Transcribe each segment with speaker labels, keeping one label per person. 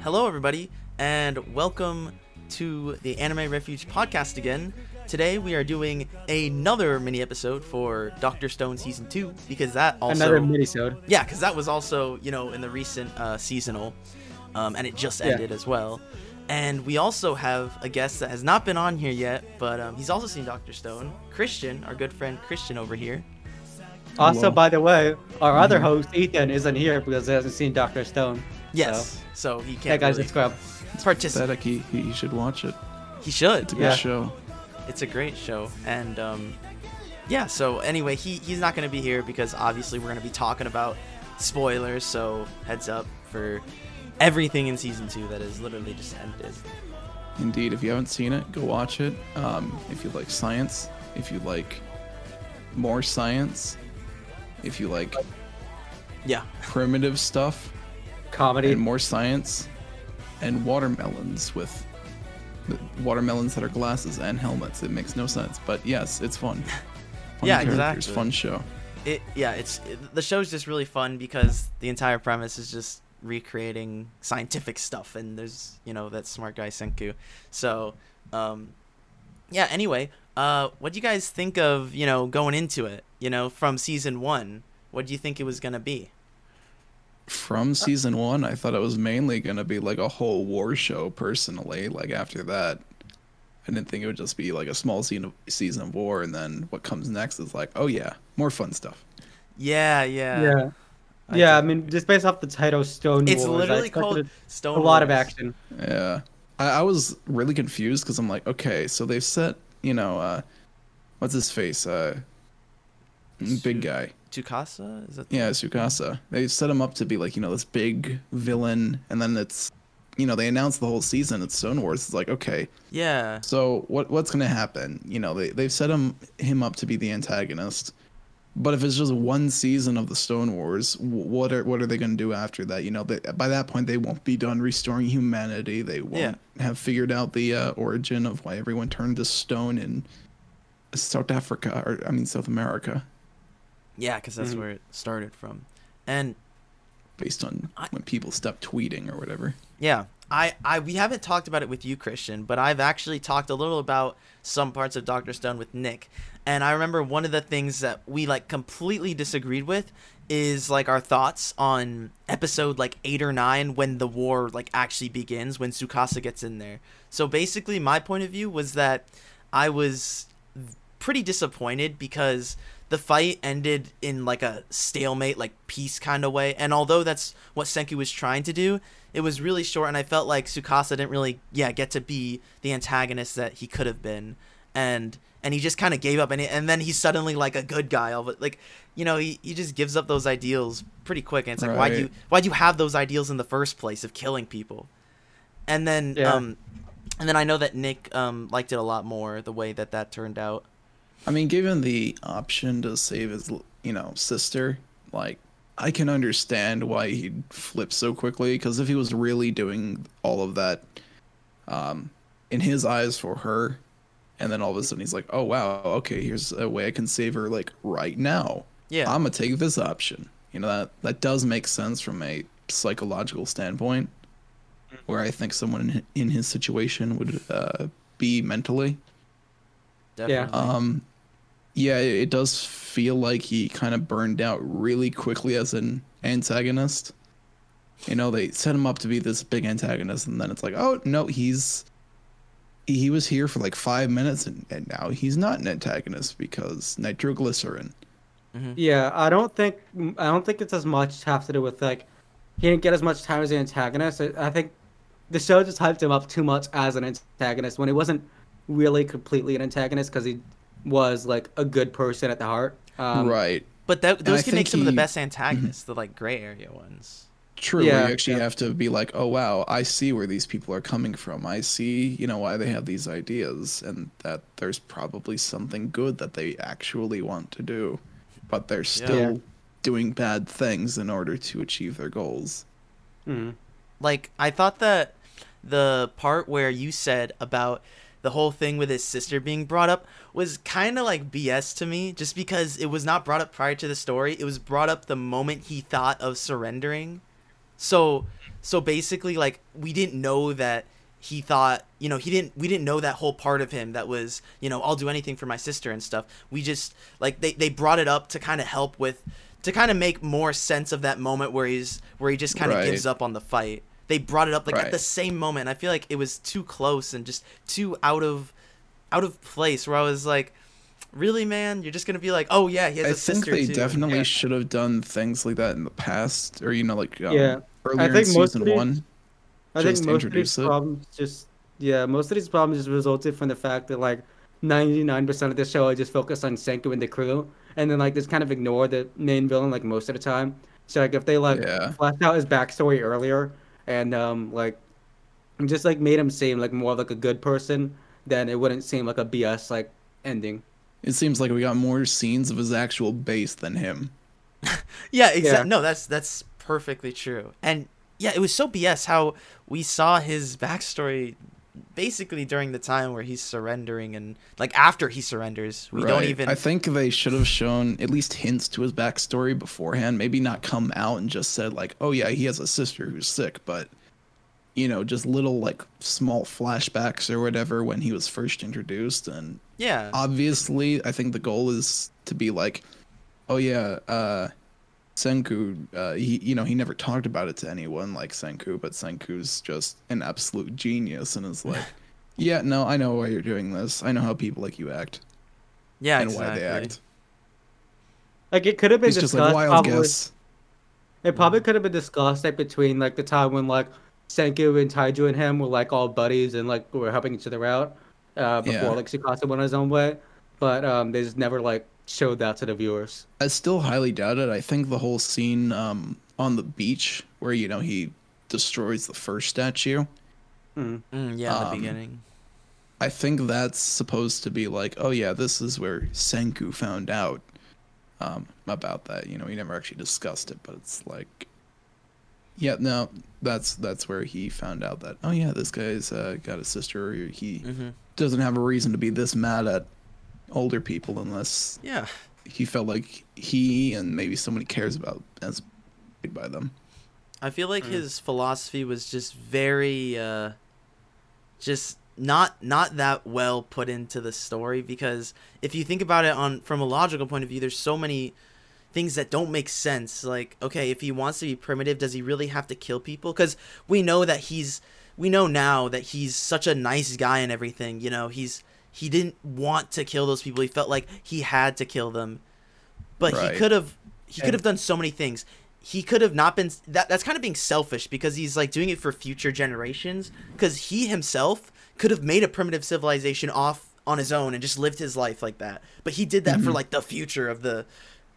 Speaker 1: Hello, everybody, and welcome to the Anime Refuge podcast again. Today we are doing another mini episode for Doctor Stone season two because that also
Speaker 2: Another minisode.
Speaker 1: yeah because that was also you know in the recent uh, seasonal, um, and it just
Speaker 2: Yeah.
Speaker 1: ended as well. And we also have a guest that has not been on here yet, but um, he's also seen Doctor Stone. Christian, our good friend Christian over here.
Speaker 2: Also,
Speaker 3: Whoa.
Speaker 2: by the way, our other host Ethan isn't here because he hasn't seen Doctor Stone.
Speaker 1: Yes, so, he
Speaker 2: That
Speaker 1: can't
Speaker 2: guy's a
Speaker 1: really
Speaker 2: scrub.
Speaker 1: participate.
Speaker 3: pathetic. He, he, he should watch it.
Speaker 1: He should.
Speaker 3: It's a
Speaker 2: Yeah.
Speaker 3: good show.
Speaker 1: it's a great show and um, yeah so anyway he, he's not going to be here because obviously we're going to be talking about spoilers so heads up for everything in season two that is literally just ended
Speaker 3: Indeed. If you haven't seen it, go watch it. Um, if you like science, if you like more science, if you like
Speaker 1: yeah
Speaker 3: primitive stuff
Speaker 2: Comedy.
Speaker 3: and more science, and watermelons with the watermelons that are glasses and helmets. It makes no sense, but yes, it's fun. fun
Speaker 1: Yeah,
Speaker 3: characters,
Speaker 1: exactly.
Speaker 3: Fun show.
Speaker 1: it yeah it's it, the show's just really fun because the entire premise is just recreating scientific stuff and there's you know that smart guy senku so um yeah anyway uh what do you guys think of you know going into it you know from season one what do you think it was gonna be
Speaker 3: From season one, I thought it was mainly gonna be like a whole war show. Personally, like after that, I didn't think it would just be like a small scene of, season of war, and then what comes next is like, oh yeah, more fun stuff.
Speaker 1: yeah yeah
Speaker 2: yeah.
Speaker 1: I
Speaker 2: yeah, I
Speaker 1: do.
Speaker 2: mean, just based off the title Stone
Speaker 1: it's
Speaker 2: Wars, I
Speaker 1: literally
Speaker 2: expected
Speaker 1: called Stone.
Speaker 2: a lot of
Speaker 1: Wars.
Speaker 2: action.
Speaker 3: Yeah, I, I was really confused because I'm like, okay, so they've set, you know, uh, what's his face, uh, big guy,
Speaker 1: Tsukasa is that?
Speaker 3: yeah, Tsukasa. They've set him up to be like, you know, this big villain, and then it's, you know, they announced the whole season. It's Stone Wars. It's like, okay,
Speaker 1: Yeah.
Speaker 3: So what what's gonna happen? You know, they they've set him him up to be the antagonist. But if it's just one season of the Stone Wars, wh- what are what are they gonna do after that? You know, they, by that point they won't be done restoring humanity. They won't have figured out the uh, origin of why everyone turned to stone in South Africa, or I mean South America,
Speaker 1: Yeah, because that's
Speaker 2: Mhm.
Speaker 1: where it started from, and
Speaker 3: based on
Speaker 1: I-
Speaker 3: when people stopped tweeting or whatever.
Speaker 1: yeah, I, I, we haven't talked about it with you, Christian, but I've actually talked a little about some parts of Doctor Stone with Nick, and I remember one of the things that we like completely disagreed with is like our thoughts on episode like eight or nine when the war like actually begins when Tsukasa gets in there. So basically, my point of view was that I was pretty disappointed because the fight ended in like a stalemate, like peace kind of way. And although that's what Senku was trying to do, it was really short, and I felt like Tsukasa didn't really, yeah, get to be the antagonist that he could have been, and and he just kind of gave up, and and then he's suddenly like a good guy, all but like, you know, he, he just gives up those ideals pretty quick, and it's like why do
Speaker 3: Right.
Speaker 1: you why do you have those ideals in the first place of killing people? And then
Speaker 2: Yeah.
Speaker 1: um, and then I know that Nick um liked it a lot more the way that that turned out.
Speaker 3: I mean, given the option to save his, you know, sister, like I can understand why he'd flip so quickly. Because if he was really doing all of that, um, in his eyes for her, and then all of a sudden he's like, "Oh wow, okay, here's a way I can save her like right now.
Speaker 1: Yeah.
Speaker 3: I'm gonna take this option." You know that that does make sense from a psychological standpoint, where I think someone in, in his situation would uh, be mentally.
Speaker 1: Definitely.
Speaker 3: Um, yeah, it, it does feel like he kind of burned out really quickly as an antagonist. You know, they set him up to be this big antagonist, and then it's like, oh no, he's he was here for like five minutes, and, and now he's not an antagonist because nitroglycerin.
Speaker 2: Yeah, I don't think I don't think it's as much have to do with like he didn't get as much time as the antagonist. I, I think the show just hyped him up too much as an antagonist when he wasn't really completely an antagonist because he was like a good person at the heart. Um,
Speaker 3: right.
Speaker 1: but that,
Speaker 3: I
Speaker 1: those can make
Speaker 3: think
Speaker 1: some of the
Speaker 3: he-
Speaker 1: best antagonists, the like gray area ones.
Speaker 3: True.
Speaker 2: Yeah,
Speaker 3: you actually
Speaker 2: yeah.
Speaker 3: have to be like, oh wow, I see where these people are coming from. I see, you know, why they have these ideas, and that there's probably something good that they actually want to do, but they're still
Speaker 2: Yeah.
Speaker 3: doing bad things in order to achieve their goals.
Speaker 2: mhm.
Speaker 1: Like I thought that the part where you said about the whole thing with his sister being brought up was kind of like BS to me, just because it was not brought up prior to the story. It was brought up the moment he thought of surrendering. So so basically like we didn't know that he thought you know he didn't we didn't know that whole part of him that was you know i'll do anything for my sister and stuff we just like they, they brought it up to kind of help with to kind of make more sense of that moment where he's where he just kind of
Speaker 3: Right.
Speaker 1: gives up on the fight they brought it up like at
Speaker 3: Right.
Speaker 1: the same moment and i feel like it was too close and just too out of out of place where i was like really man you're just gonna be like oh yeah he has a
Speaker 3: I think
Speaker 1: sister
Speaker 3: they
Speaker 1: too.
Speaker 3: definitely
Speaker 4: Yeah.
Speaker 3: should have done things like that in the past, or you know, like um,
Speaker 2: Yeah.
Speaker 3: earlier in
Speaker 2: think
Speaker 3: season
Speaker 2: mostly-
Speaker 3: one.
Speaker 2: I think
Speaker 3: Just
Speaker 2: most of
Speaker 3: introduce
Speaker 2: these
Speaker 3: it.
Speaker 2: problems just yeah, most of these problems just resulted from the fact that like ninety nine percent of the show I just focused on Senku and the crew and then like just kind of ignore the main villain like most of the time. So like if they like
Speaker 3: Yeah.
Speaker 2: flashed out his backstory earlier and um like just like made him seem like more of like a good person, then it wouldn't seem like a BS like ending.
Speaker 3: It seems like we got more scenes of his actual base than him.
Speaker 1: Yeah, exactly.
Speaker 2: Yeah.
Speaker 1: No, that's that's perfectly true. And yeah, it was so BS how we saw his backstory basically during the time where he's surrendering and like after he surrenders, we don't
Speaker 3: right?
Speaker 1: even
Speaker 3: I think they should have shown at least hints to his backstory beforehand. Maybe not come out and just said like, "Oh yeah, he has a sister who's sick," but you know, just little like small flashbacks or whatever when he was first introduced and
Speaker 1: yeah.
Speaker 3: obviously i think the goal is to be like oh yeah uh senku uh he you know he never talked about it to anyone like senku but senku's just an absolute genius and is like yeah no i know why you're doing this i know how people like you act
Speaker 1: yeah,
Speaker 3: and why
Speaker 1: exactly.
Speaker 3: they act
Speaker 2: Like it could have been
Speaker 3: it's just
Speaker 2: discussed
Speaker 3: like wild
Speaker 2: probably-
Speaker 3: guess
Speaker 2: It probably could have been discussed like between like the time when like Senku and Taiju and him were like all buddies and like were helping each other out uh, before
Speaker 3: Yeah.
Speaker 2: like Tsukasa went on his own way, but um, they just never like showed that to the viewers.
Speaker 3: I still highly doubt it. I think the whole scene um, on the beach where you know he destroys the first statue.
Speaker 2: Hmm.
Speaker 1: Mm, yeah, in the
Speaker 3: Um,
Speaker 1: beginning.
Speaker 3: I think that's supposed to be like, oh yeah, this is where Senku found out um, about that. You know, he never actually discussed it, but it's like, yeah, no, that's that's where he found out that oh yeah, this guy's uh, got a sister. Or he
Speaker 1: Mhm.
Speaker 3: doesn't have a reason to be this mad at older people unless
Speaker 1: Yeah.
Speaker 3: he felt like he and maybe someone he cares about as by them.
Speaker 1: I feel like his philosophy was just very uh just not not that well put into the story because if you think about it on from a logical point of view there's so many things that don't make sense like okay if he wants to be primitive does he really have to kill people cuz we know that he's we know now that he's such a nice guy and everything you know he's he didn't want to kill those people he felt like he had to kill them but
Speaker 3: Right.
Speaker 1: he could have he could have done so many things he could have not been that that's kind of being selfish because he's like doing it for future generations because he himself could have made a primitive civilization off on his own and just lived his life like that but he did that for like the future of the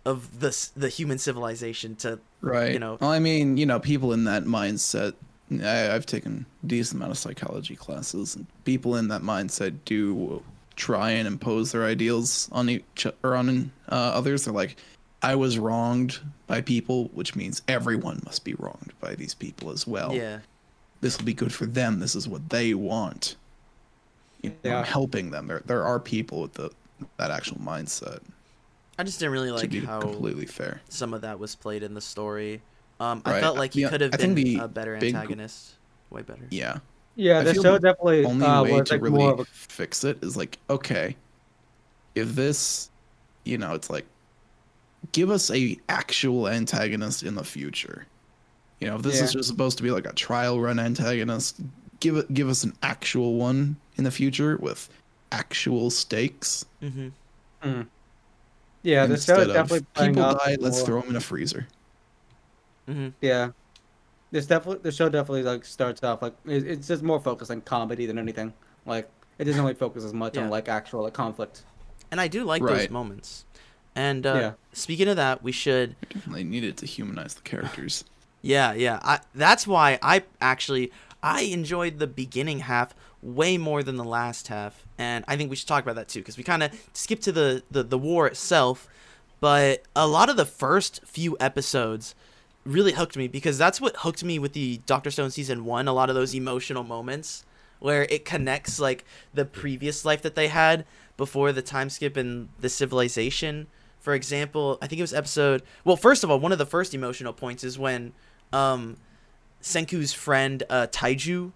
Speaker 1: of the s- the human civilization to
Speaker 3: Right.
Speaker 1: you know
Speaker 3: well, I mean, you know, people in that mindset. I, I've taken a decent amount of psychology classes, and people in that mindset do try and impose their ideals on each or on uh, others. They're like, "I was wronged by people," which means everyone must be wronged by these people as well.
Speaker 1: yeah
Speaker 3: This will be good for them. This is what they want. You know,
Speaker 2: Yeah.
Speaker 3: I'm helping them. There, there are people with the that actual mindset.
Speaker 1: i just didn't really
Speaker 3: to
Speaker 1: like
Speaker 3: be
Speaker 1: how
Speaker 3: completely fair.
Speaker 1: some of that was played in the story um i
Speaker 3: Right.
Speaker 1: felt like he
Speaker 3: Yeah,
Speaker 1: could have
Speaker 3: I think
Speaker 1: been
Speaker 3: the
Speaker 1: a better
Speaker 3: big-
Speaker 1: antagonist way better
Speaker 3: Yeah.
Speaker 2: Yeah,
Speaker 3: I
Speaker 2: the
Speaker 3: feel
Speaker 2: show
Speaker 3: the
Speaker 2: definitely
Speaker 3: only
Speaker 2: uh,
Speaker 3: way
Speaker 2: was
Speaker 3: to
Speaker 2: like
Speaker 3: really
Speaker 2: more of a
Speaker 3: fix it is like okay if this you know it's like give us a actual antagonist in the future you know if this is
Speaker 2: Yeah.
Speaker 3: just supposed to be like a trial run antagonist give it give us an actual one in the future with actual stakes
Speaker 1: mm-hmm.
Speaker 2: yeah. The show
Speaker 3: instead
Speaker 2: is
Speaker 3: of
Speaker 2: definitely playing
Speaker 3: people
Speaker 2: up
Speaker 3: die let's
Speaker 2: more-
Speaker 3: throw them in a freezer
Speaker 1: Mm-hmm.
Speaker 2: Yeah, this definitely the show definitely like starts off like it, it's just more focused on comedy than anything. Like it doesn't really focus as much
Speaker 1: Yeah.
Speaker 2: on like actual like conflict.
Speaker 1: and i do like those
Speaker 3: Right.
Speaker 1: moments and uh
Speaker 2: Yeah.
Speaker 1: speaking of that we should
Speaker 3: they needed to humanize the characters
Speaker 1: Yeah, yeah. I, that's why I actually I enjoyed the beginning half way more than the last half, and I think we should talk about that too because we kind of skipped to the, the the war itself, but a lot of the first few episodes really hooked me because that's what hooked me with the Doctor Stone season one. A lot of those emotional moments where it connects like the previous life that they had before the time skip and the civilization. For example, I think it was episode. Well, first of all, one of the first emotional points is when um Senku's friend uh, Taiju,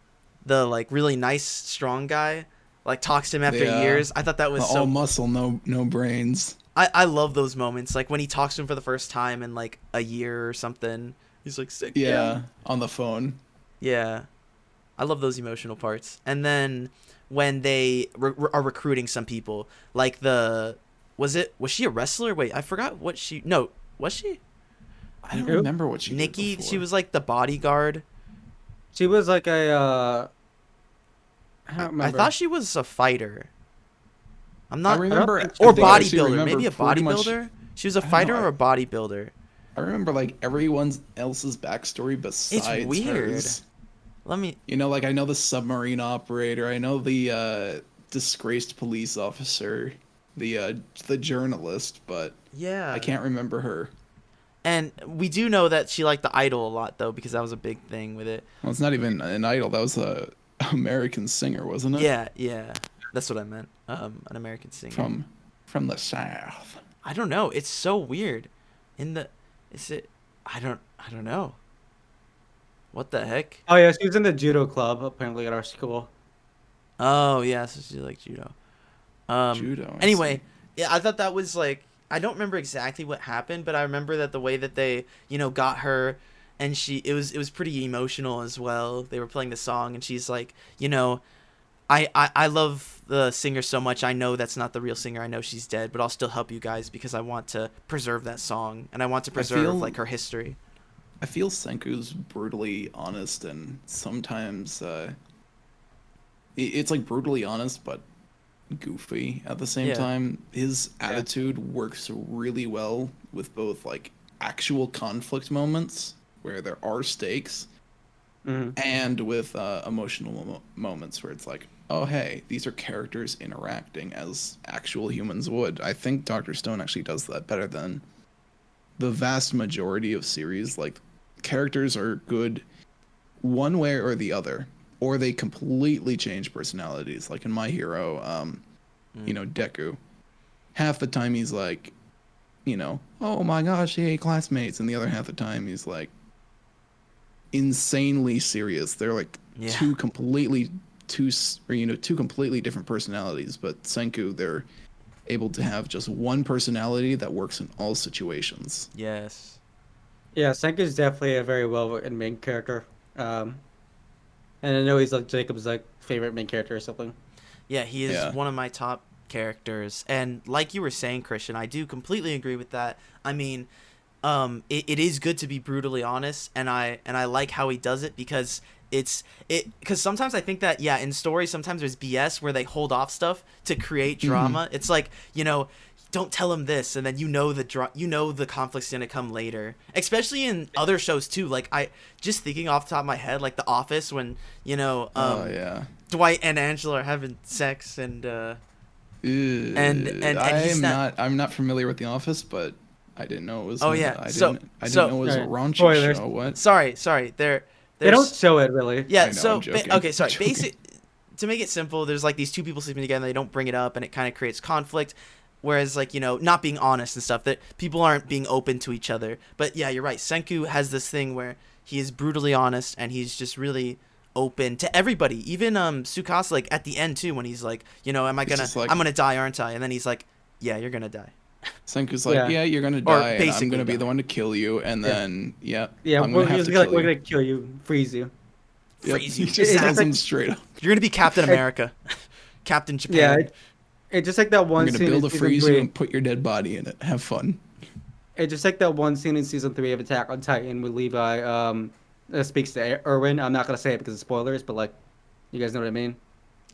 Speaker 1: the like really nice strong guy, like talks to him after
Speaker 3: Yeah.
Speaker 1: years. I thought that was so
Speaker 3: all muscle, no no brains.
Speaker 1: I, I love those moments, like when he talks to him for the first time in like a year or something. He's like sick.
Speaker 3: Yeah, on the phone.
Speaker 1: Yeah. I love those emotional parts. And then when they re- re- are recruiting some people, like the was it was she a wrestler? Wait, I forgot what she No, was she?
Speaker 3: I don't
Speaker 2: Who?
Speaker 3: remember what she. did
Speaker 1: Nikki, she
Speaker 3: before.
Speaker 1: was like the bodyguard.
Speaker 2: She was like a. Uh, I don't
Speaker 1: I
Speaker 2: remember.
Speaker 1: thought she was a fighter. I'm
Speaker 3: I
Speaker 1: not
Speaker 3: remember,
Speaker 2: think-
Speaker 1: or
Speaker 3: I think I actually
Speaker 1: bodybuilder,
Speaker 3: remember
Speaker 1: maybe a
Speaker 3: pretty much-
Speaker 1: bodybuilder. she was a
Speaker 3: don't know,
Speaker 1: fighter
Speaker 3: I-
Speaker 1: or a bodybuilder.
Speaker 3: I remember like everyone else's backstory besides
Speaker 1: weird.
Speaker 3: hers.
Speaker 1: Let me
Speaker 3: You know, like I know the submarine operator. I know the uh, disgraced police officer, the uh, the journalist, but
Speaker 1: Yeah.
Speaker 3: I can't remember her.
Speaker 1: And we do know that she liked the idol a lot though because that was a big thing with it.
Speaker 3: Well, it's not even an idol. That was a American singer, wasn't it?
Speaker 1: Yeah, yeah. That's what I meant. Um an American singer.
Speaker 3: From from the south.
Speaker 1: I don't know. It's so weird. In the is it I don't I don't know. What the heck?
Speaker 2: Oh yeah, she was in the judo club apparently at our school.
Speaker 1: Oh yeah, so she liked judo. Um
Speaker 3: Judo, I
Speaker 1: anyway,
Speaker 3: see.
Speaker 1: yeah, I thought that was like I don't remember exactly what happened, but I remember that the way that they, you know, got her and she it was it was pretty emotional as well. They were playing the song and she's like, you know, I, I, I love the singer so much. I know that's not the real singer. I know she's dead, but I'll still help you guys because I want to preserve that song and I want to preserve
Speaker 3: feel-
Speaker 1: like her history.
Speaker 3: I feel Senku's brutally honest and sometimes uh, i- it's like brutally honest but goofy at the same
Speaker 1: Yeah.
Speaker 3: time. His attitude works really well with both like actual conflict moments where there are stakes Mm-hmm.
Speaker 2: hmm
Speaker 3: and with uh, emotional mo- moments where it's like, oh hey, these are characters interacting as actual humans would. I think Doctor Stone actually does that better than the vast majority of series. Like, characters are good one way or the other, or they completely change personalities. Like in My Hero, um, you know, Deku. Half the time he's like, you know, oh my gosh, yay, classmates, and the other half the time he's like insanely serious. They're like
Speaker 1: Yeah.
Speaker 3: two completely two s- or you know two completely different personalities, but Senku they're able to have just one personality that works in all situations.
Speaker 1: Yes.
Speaker 2: Yeah, Senku's definitely a very well written main character. Um, and I know he's like Jacob's like favorite main character or something.
Speaker 1: Yeah, he is
Speaker 3: Yeah.
Speaker 1: one of my top characters. And like you were saying, Christian, I do completely agree with that. I mean, um, it, it is good to be brutally honest, and I and I like how he does it because it's it because sometimes I think that yeah in stories sometimes there's BS where they hold off stuff to create
Speaker 3: Mm-hmm.
Speaker 1: drama. It's like you know don't tell him this and then you know the dra- you know the conflict's gonna come later especially in other shows too like i just thinking off the top of my head like the office when you know um
Speaker 3: oh yeah.
Speaker 1: Dwight and Angela are having sex, and uh,
Speaker 3: And
Speaker 1: and- and he's
Speaker 3: I'm
Speaker 1: not-
Speaker 3: not, I'm not familiar with The Office, but I didn't know it was.
Speaker 1: Oh,
Speaker 3: an-
Speaker 1: yeah,
Speaker 3: I didn't,
Speaker 1: so-
Speaker 3: I didn't
Speaker 1: so-
Speaker 3: know it was a
Speaker 2: Alright,
Speaker 3: raunchy
Speaker 2: spoilers.
Speaker 3: show. What?
Speaker 1: sorry, sorry, they're
Speaker 2: They don't
Speaker 1: there's-
Speaker 2: show it really.
Speaker 1: yeah.
Speaker 3: I know,
Speaker 1: so
Speaker 3: I'm
Speaker 1: ba-
Speaker 3: joking,
Speaker 1: okay,
Speaker 3: I'm
Speaker 1: sorry.
Speaker 3: joking.
Speaker 1: Basic to make it simple, there's like these two people sleeping together. They don't bring it up, and it kind of creates conflict. Whereas like you know not being honest and stuff that people aren't being open to each other. But yeah, you're right. Senku has this thing where he is brutally honest, and he's just really open to everybody even um Tsukasa like at the end too when he's like you know am I
Speaker 3: He's
Speaker 1: gonna
Speaker 3: just like-
Speaker 1: I'm gonna die aren't I and then he's like yeah you're gonna die
Speaker 3: Senku's like,
Speaker 2: Yeah.
Speaker 3: yeah, you're gonna
Speaker 1: Or
Speaker 3: die, and
Speaker 1: basically
Speaker 3: I'm gonna be
Speaker 1: die.
Speaker 3: the one to kill you, and then yeah,
Speaker 2: Yeah,
Speaker 3: I'm
Speaker 2: we're,
Speaker 3: gonna have
Speaker 2: he's
Speaker 3: to
Speaker 2: gonna, like,
Speaker 3: kill
Speaker 2: we're
Speaker 3: you.
Speaker 2: gonna kill you, freeze you.
Speaker 3: Yep,
Speaker 1: freeze
Speaker 3: He
Speaker 1: you
Speaker 3: just
Speaker 2: It's
Speaker 3: tells
Speaker 2: like-
Speaker 3: him straight up.
Speaker 1: You're gonna be Captain America, Captain Japan.
Speaker 2: Yeah, it, it just like that
Speaker 3: I'm
Speaker 2: one
Speaker 3: gonna
Speaker 2: scene.
Speaker 3: build
Speaker 2: in
Speaker 3: a
Speaker 2: season
Speaker 3: freezer
Speaker 2: three.
Speaker 3: and put your dead body in it. Have fun.
Speaker 2: It just like that one scene in season three of Attack on Titan with Levi. Um, that speaks to E-, Erwin. I'm not gonna say it because it's spoilers, but like, you guys know what I mean.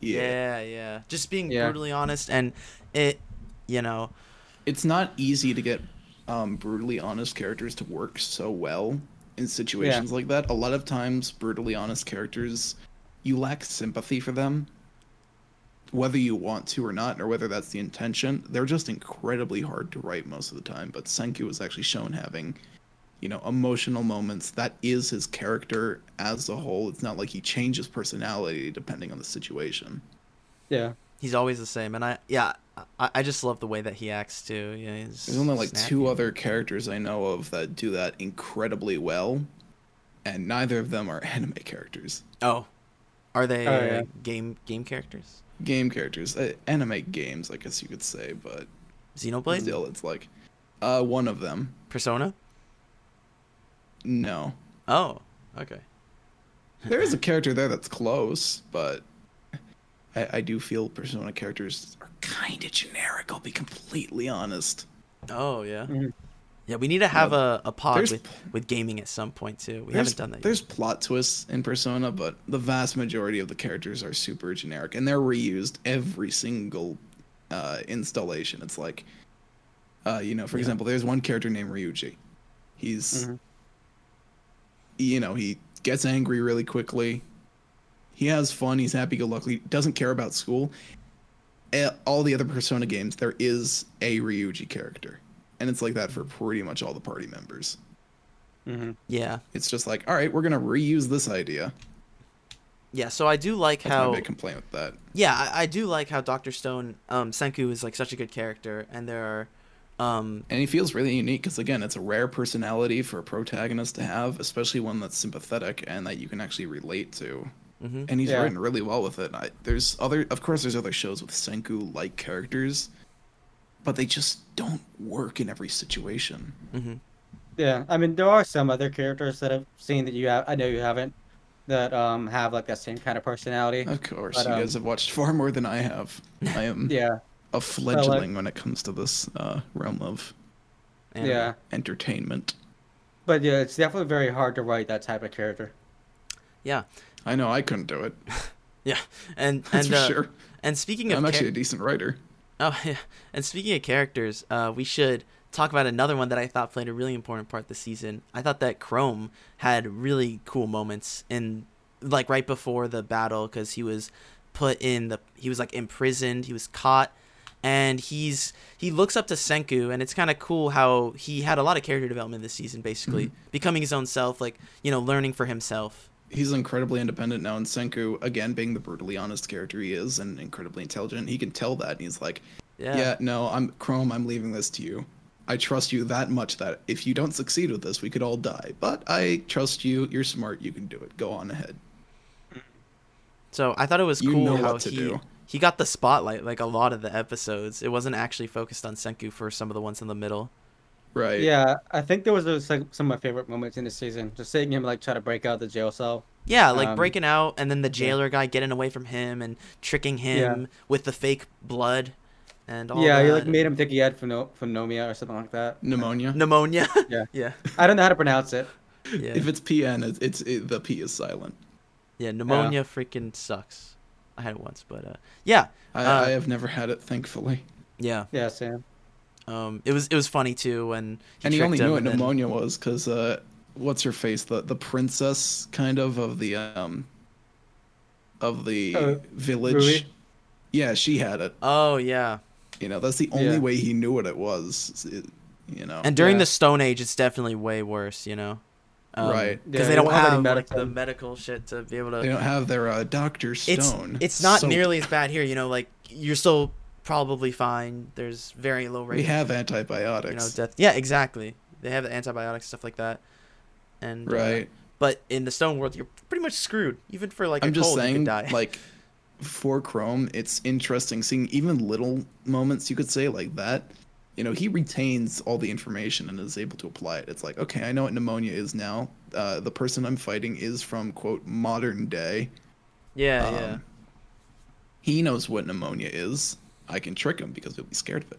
Speaker 1: yeah, yeah. Just being
Speaker 2: Yeah.
Speaker 1: brutally honest, and it, you know,
Speaker 3: it's not easy to get um, brutally honest characters to work so well in situations like that. A lot of times, brutally honest characters, you lack sympathy for them, whether you want to or not, or whether that's the intention. They're just incredibly hard to write most of the time. But Senku was actually shown having, you know, emotional moments. That is his character as a whole. It's not like he changes personality depending on the situation.
Speaker 2: Yeah.
Speaker 1: he's always the same. And I, yeah, I, I just love the way that he acts too. Yeah, he's
Speaker 3: There's only like
Speaker 1: snappy.
Speaker 3: two other characters I know of that do that incredibly well. and neither of them are anime characters.
Speaker 1: Oh, are they
Speaker 2: Oh, yeah.
Speaker 1: uh, game game characters?
Speaker 3: Game characters, uh, anime games, I guess you could say, but
Speaker 1: Xenoblade,
Speaker 3: still, it's like uh, one of them.
Speaker 1: Persona.
Speaker 3: No,
Speaker 1: Oh, okay.
Speaker 3: there is a character there that's close, but I, I do feel Persona characters are kind of generic. I'll be completely honest.
Speaker 1: Oh yeah.
Speaker 2: Mhm.
Speaker 1: Yeah, we need to have a, a pod
Speaker 3: there's
Speaker 1: with,
Speaker 3: pl-
Speaker 1: with gaming at some point too. We
Speaker 3: There's-
Speaker 1: haven't done that yet.
Speaker 3: There's plot twists in Persona, but the vast majority of the characters are super generic, and they're reused every single uh, installation. It's like, uh, you know, for example, there's one character named Ryuji. He's,
Speaker 1: Mm-hmm.
Speaker 2: Mhm.
Speaker 3: you know, he gets angry really quickly. He has fun. He's happy-go-lucky. Doesn't care about school. Eh, All the other Persona games, there is a Ryuji character, and it's like that for pretty much all the party members.
Speaker 2: Mm-hmm.
Speaker 1: Yeah.
Speaker 3: It's just like, all right, we're gonna reuse this idea.
Speaker 1: Yeah, so I do like
Speaker 3: That's
Speaker 1: how
Speaker 3: my big complaint with that.
Speaker 1: yeah I, I do like how Doctor Stone um, Senku is like such a good character, and there are um,
Speaker 3: And he feels really unique because again, it's a rare personality for a protagonist to have, especially one that's sympathetic and that you can actually relate to.
Speaker 1: mhm.
Speaker 3: And he's
Speaker 2: Yeah.
Speaker 3: written really well with it. I, there's other, of course, there's other shows with Senku like characters, but they just don't work in every situation.
Speaker 1: mm-hmm,
Speaker 2: Yeah, I mean, there are some other characters that I've seen that you have. I know you haven't that um have like that same kind of personality.
Speaker 3: Of course,
Speaker 2: But,
Speaker 3: you guys have watched far more than I have. I am
Speaker 2: Yeah,
Speaker 3: a fledgling when it comes to this uh, realm of
Speaker 1: And-
Speaker 2: yeah,
Speaker 3: entertainment.
Speaker 2: but yeah, it's definitely very hard to write that type of character.
Speaker 1: yeah,
Speaker 3: I know I couldn't do it.
Speaker 1: yeah, and and
Speaker 3: That's for
Speaker 1: uh,
Speaker 3: sure.
Speaker 1: and speaking of
Speaker 3: I'm
Speaker 1: char-
Speaker 3: actually a decent writer.
Speaker 1: Oh yeah, and speaking of characters, uh, we should talk about another one that I thought played a really important part this season. I thought that Chrome had really cool moments in like right before the battle because he was put in the he was like imprisoned, he was caught, and he's he looks up to Senku, and it's kind of cool how he had a lot of character development this season, basically becoming his own self, like you know, learning for himself.
Speaker 3: he's incredibly independent now and senku again being the brutally honest character he is and incredibly intelligent he can tell that and he's like yeah,
Speaker 1: Yeah,
Speaker 3: no i'm chrome i'm leaving this to you i trust you that much that if you don't succeed with this we could all die but i trust you you're smart you can do it go on ahead
Speaker 1: So I thought it was
Speaker 3: You
Speaker 1: cool
Speaker 3: know
Speaker 1: how
Speaker 3: what to
Speaker 1: he
Speaker 3: do.
Speaker 1: he got the spotlight like a lot of the episodes. It wasn't actually focused on Senku for some of the ones in the middle.
Speaker 3: right
Speaker 2: Yeah, I think there was those, like, some of my favorite moments in the season, just seeing him like try to break out the jail cell.
Speaker 1: Yeah, like
Speaker 2: Um,
Speaker 1: breaking out and then the jailer guy getting away from him and tricking him with the fake blood and all
Speaker 2: yeah,
Speaker 1: that.
Speaker 2: he like made him think he had pheno- phenomia or something like that.
Speaker 3: pneumonia
Speaker 1: pneumonia.
Speaker 2: Yeah.
Speaker 1: yeah.
Speaker 2: I don't know how to pronounce it.
Speaker 1: Yeah.
Speaker 3: if it's pn it's, it's it, the p is silent
Speaker 1: yeah, pneumonia freaking sucks. I had it once, but uh yeah.
Speaker 3: I,
Speaker 1: Uh,
Speaker 3: I have never had it thankfully
Speaker 1: Yeah.
Speaker 2: Yeah, Sam.
Speaker 1: Um it was it was funny too when he
Speaker 3: and he
Speaker 1: tricked
Speaker 3: only
Speaker 1: him
Speaker 3: knew what
Speaker 1: and then-
Speaker 3: pneumonia was because uh, what's her face the the princess kind of of the um of the
Speaker 2: Uh,
Speaker 3: village
Speaker 2: Rui?
Speaker 3: yeah she had it
Speaker 1: Oh yeah.
Speaker 3: you know that's the only
Speaker 2: Yeah.
Speaker 3: way he knew what it was it- you know
Speaker 1: And during
Speaker 2: Yeah.
Speaker 1: the Stone Age, it's definitely way worse, you know.
Speaker 3: Right.
Speaker 1: Because they
Speaker 2: Yeah, they
Speaker 1: don't
Speaker 2: don't have any
Speaker 1: have like the
Speaker 2: medical-
Speaker 1: medical shit to be able
Speaker 3: they
Speaker 1: to.
Speaker 3: don't have their uh, doctor
Speaker 1: It's
Speaker 3: stone
Speaker 1: it's not
Speaker 3: so
Speaker 1: nearly as bad here, you know. Like you're still probably fine. There's very low
Speaker 3: we
Speaker 1: rate, of,
Speaker 3: have
Speaker 1: you know,
Speaker 3: antibiotics
Speaker 1: death. Yeah, exactly. They have the antibiotics stuff like that. And uh,
Speaker 3: right
Speaker 1: but in the Stone world, you're pretty much screwed. Even for like a
Speaker 3: i'm just
Speaker 1: cold, you
Speaker 3: saying
Speaker 1: could die.
Speaker 3: like for chrome it's interesting seeing even little moments you could say like that you know he retains all the information and is able to apply it it's like okay i know what pneumonia is now uh, the person i'm fighting is from quote modern day
Speaker 1: yeah,
Speaker 3: um,
Speaker 1: yeah.
Speaker 3: he knows what pneumonia is i can trick him because he'll be scared of it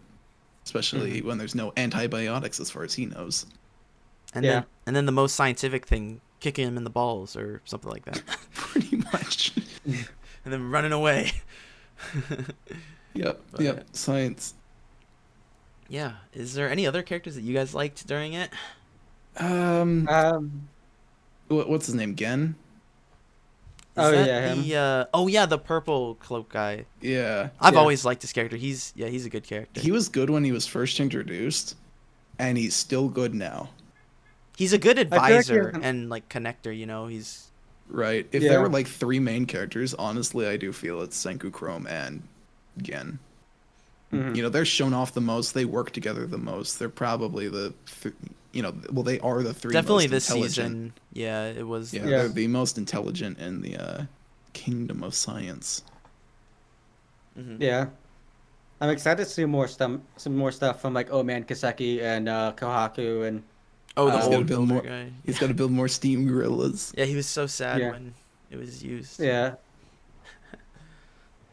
Speaker 3: especially
Speaker 1: Mm-hmm.
Speaker 3: when there's no antibiotics as far as he knows
Speaker 1: And
Speaker 2: yeah.
Speaker 1: then and then the most scientific thing, kicking him in the balls or something like that,
Speaker 3: pretty much
Speaker 1: and then running away.
Speaker 3: yep
Speaker 1: But-
Speaker 3: yep science
Speaker 1: Yeah. Is there any other characters that you guys liked during it?
Speaker 3: um
Speaker 2: Um,
Speaker 3: wh- what's his name gen
Speaker 1: Is
Speaker 2: Oh,
Speaker 1: that
Speaker 2: yeah, him.
Speaker 1: The, uh, oh yeah, the purple cloak guy.
Speaker 3: yeah
Speaker 1: I've
Speaker 2: Yeah.
Speaker 1: always liked this character. He's yeah, he's a good character.
Speaker 3: he was good when he was first introduced and he's still good now
Speaker 1: he's a good
Speaker 2: like he
Speaker 1: advisor
Speaker 2: hasn't-
Speaker 1: and like connector. You know, he's
Speaker 3: right if
Speaker 2: Yeah.
Speaker 3: there were like three main characters honestly i do feel it's senku chrome and gen
Speaker 2: mhm.
Speaker 3: you know they're shown off the most they work together the most they're probably the th- you know, well, they are the three
Speaker 1: Definitely
Speaker 3: most
Speaker 1: this
Speaker 3: intelligent-
Speaker 1: season. Yeah, it was.
Speaker 3: Yeah,
Speaker 1: the-
Speaker 2: Yeah.
Speaker 3: they're the most intelligent in the uh, kingdom of science.
Speaker 1: mhm.
Speaker 2: Yeah. I'm excited to see more stuff, some more stuff from like Oh Man Kiseki and uh, Kohaku and
Speaker 1: Oh,
Speaker 2: Uh,
Speaker 1: the
Speaker 2: he's
Speaker 3: gotta
Speaker 1: old
Speaker 3: build
Speaker 1: builder
Speaker 3: more-
Speaker 1: guy.
Speaker 3: He's got to build more steam gorillas.
Speaker 1: Yeah, he was so sad
Speaker 2: Yeah.
Speaker 1: when it was used.
Speaker 2: yeah.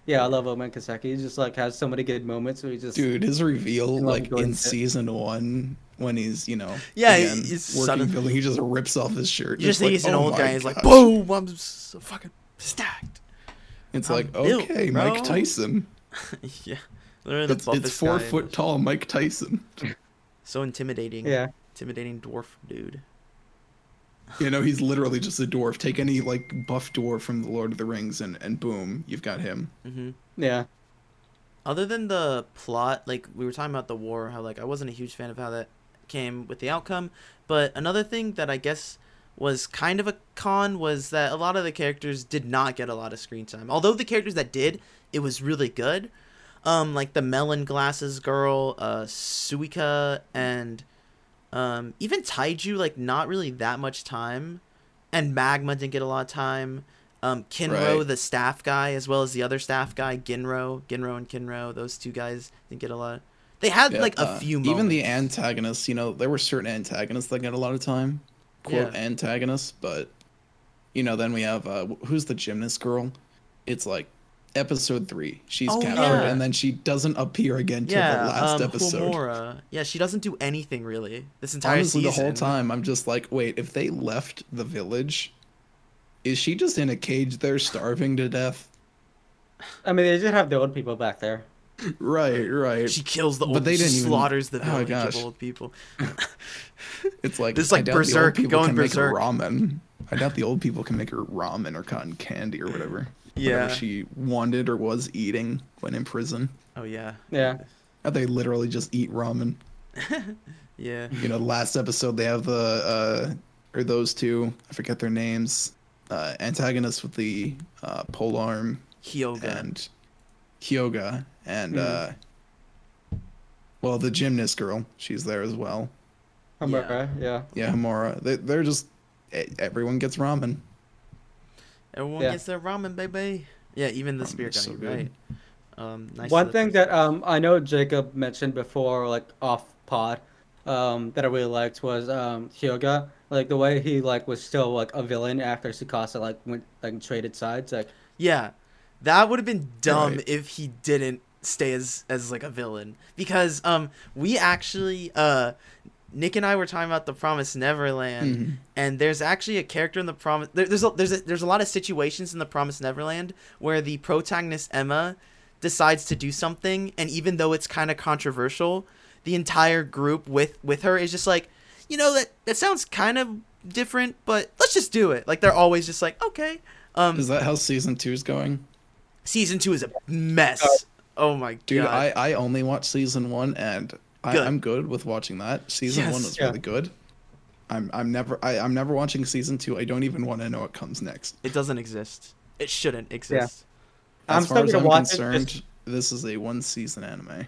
Speaker 2: Yeah, I love Oh Man Kiseki. He just like has so many good moments where he just
Speaker 3: Dude, his reveal
Speaker 2: love
Speaker 3: like
Speaker 2: going
Speaker 3: in
Speaker 2: to-
Speaker 3: season one when he's you know
Speaker 1: Yeah, he-
Speaker 3: again,
Speaker 1: he's
Speaker 3: working
Speaker 1: sudden-
Speaker 3: building, he just rips off his shirt.
Speaker 1: You just
Speaker 3: It's
Speaker 1: think he's
Speaker 3: like,
Speaker 1: an
Speaker 3: "Oh
Speaker 1: old
Speaker 3: my
Speaker 1: guy. He's like,
Speaker 3: gosh."
Speaker 1: boom, I'm so fucking stacked.
Speaker 3: It's
Speaker 1: I'm
Speaker 3: like
Speaker 1: built,
Speaker 3: okay,
Speaker 1: bro."
Speaker 3: Mike Tyson.
Speaker 1: yeah, literally the
Speaker 3: It's,
Speaker 1: buffest
Speaker 3: it's four
Speaker 1: guy.
Speaker 3: foot tall, Mike Tyson.
Speaker 1: So intimidating.
Speaker 2: yeah.
Speaker 1: Intimidating dwarf dude.
Speaker 3: You know, he's literally just a dwarf. Take any like buff dwarf from the Lord of the Rings, and and boom, you've got him.
Speaker 1: hmm
Speaker 2: Yeah.
Speaker 1: Other than the plot, like we were talking about the war, how like I wasn't a huge fan of how that came with the outcome. But another thing that I guess was kind of a con was that a lot of the characters did not get a lot of screen time. Although the characters that did, it was really good. Um, like the melon glasses girl, uh, Suika, and um, even Taiju, like not really that much time, and Magma didn't get a lot of time. Um, Kinro,
Speaker 3: Right.
Speaker 1: the staff guy, as well as the other staff guy, Ginro, Ginro and Kinro, those two guys didn't get a lot. They had
Speaker 3: Yeah,
Speaker 1: like a
Speaker 3: uh,
Speaker 1: few. Moments.
Speaker 3: Even the antagonists, you know, there were certain antagonists that got a lot of time, quote
Speaker 1: Yeah.
Speaker 3: antagonists, but you know, then we have uh, wh- who's the gymnast girl? It's like episode three. She's
Speaker 1: Oh,
Speaker 3: captured,
Speaker 1: yeah.
Speaker 3: and then she doesn't appear again till
Speaker 1: yeah,
Speaker 3: the last
Speaker 1: um,
Speaker 3: episode.
Speaker 1: Homura. Yeah, she doesn't do anything really this entire
Speaker 3: Honestly, the
Speaker 1: season.
Speaker 3: whole time I'm just like, wait, if they left the village, is she just in a cage there starving to death?
Speaker 2: I mean, they did have the old people back there.
Speaker 3: Right, right.
Speaker 1: She kills the
Speaker 3: But
Speaker 1: old.
Speaker 3: they
Speaker 1: she
Speaker 3: didn't even-
Speaker 1: slaughters the
Speaker 3: Oh,
Speaker 1: village
Speaker 3: gosh.
Speaker 1: of old people.
Speaker 3: It's like
Speaker 1: This is
Speaker 3: I
Speaker 1: like
Speaker 3: doubt the old
Speaker 1: Berserk
Speaker 3: people
Speaker 1: going
Speaker 3: can make
Speaker 1: Berserk.
Speaker 3: ramen. I doubt the old people can make her ramen or cotton candy or whatever.
Speaker 1: Yeah.
Speaker 3: Whatever she wanted or was eating when in prison.
Speaker 1: Oh yeah.
Speaker 2: Yeah.
Speaker 3: Now They literally just eat ramen.
Speaker 1: Yeah.
Speaker 3: You know, the last episode they have the uh or those two, I forget their names. Uh antagonist with the uh pole arm
Speaker 1: Hyoga.
Speaker 3: and Kyoga and
Speaker 2: Mhm.
Speaker 3: uh
Speaker 1: Mm-hmm.
Speaker 3: well the gymnast girl, she's there as well.
Speaker 2: Homura, yeah.
Speaker 3: Yeah, Hamura. They, they're just e- everyone gets ramen.
Speaker 1: Everyone
Speaker 2: Yeah.
Speaker 1: gets their ramen, baby. Yeah, even the
Speaker 3: Ramen
Speaker 1: spear guy,
Speaker 3: is so good.
Speaker 1: right? Um, nice to
Speaker 2: One
Speaker 1: the
Speaker 2: thing
Speaker 1: person.
Speaker 2: that um I know Jacob mentioned before, like off pod, um that I really liked was um Hyoga. Like the way he like was still like a villain after Sukasa like went like traded sides. Like
Speaker 1: Yeah, that would have been dumb
Speaker 3: Right.
Speaker 1: if he didn't stay as as like a villain because um we actually uh Nick and I were talking about the Promised Neverland
Speaker 3: Mhm.
Speaker 1: and there's actually a character in the promise there, there's a, there's a, there's a lot of situations in the Promised Neverland where the protagonist Emma decides to do something and even though it's kind of controversial the entire group with with her is just like you know that that sounds kind of different but let's just do it like they're always just like okay um
Speaker 3: Is that how season two's going?
Speaker 1: season two is a mess. Oh my god.
Speaker 3: Dude, I, I only watched season one and I,
Speaker 1: Good.
Speaker 3: I'm good with watching that. Season
Speaker 1: Yes.
Speaker 3: one was
Speaker 2: Yeah.
Speaker 3: really good. I'm I'm never I, I'm never watching season two. I don't even want to know what comes next.
Speaker 1: It doesn't exist. It shouldn't exist.
Speaker 2: I'm
Speaker 3: As far
Speaker 2: still
Speaker 3: as
Speaker 2: gonna
Speaker 3: I'm
Speaker 2: watch it.
Speaker 3: concerned,
Speaker 2: Just,
Speaker 3: this is a one season anime.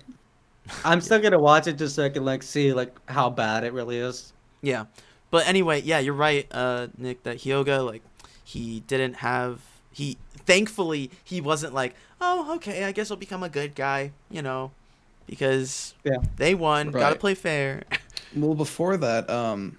Speaker 2: I'm still gonna watch it just so I can like see like how bad it really is.
Speaker 1: Yeah. But anyway, yeah, you're right, uh, Nick, that Hyoga, like, he didn't have he thankfully he wasn't like, Oh, okay, I guess I'll become a good guy, you know. Because
Speaker 2: Yeah.
Speaker 1: they won, gotta
Speaker 3: Right.
Speaker 1: play fair.
Speaker 3: Well, before that, um,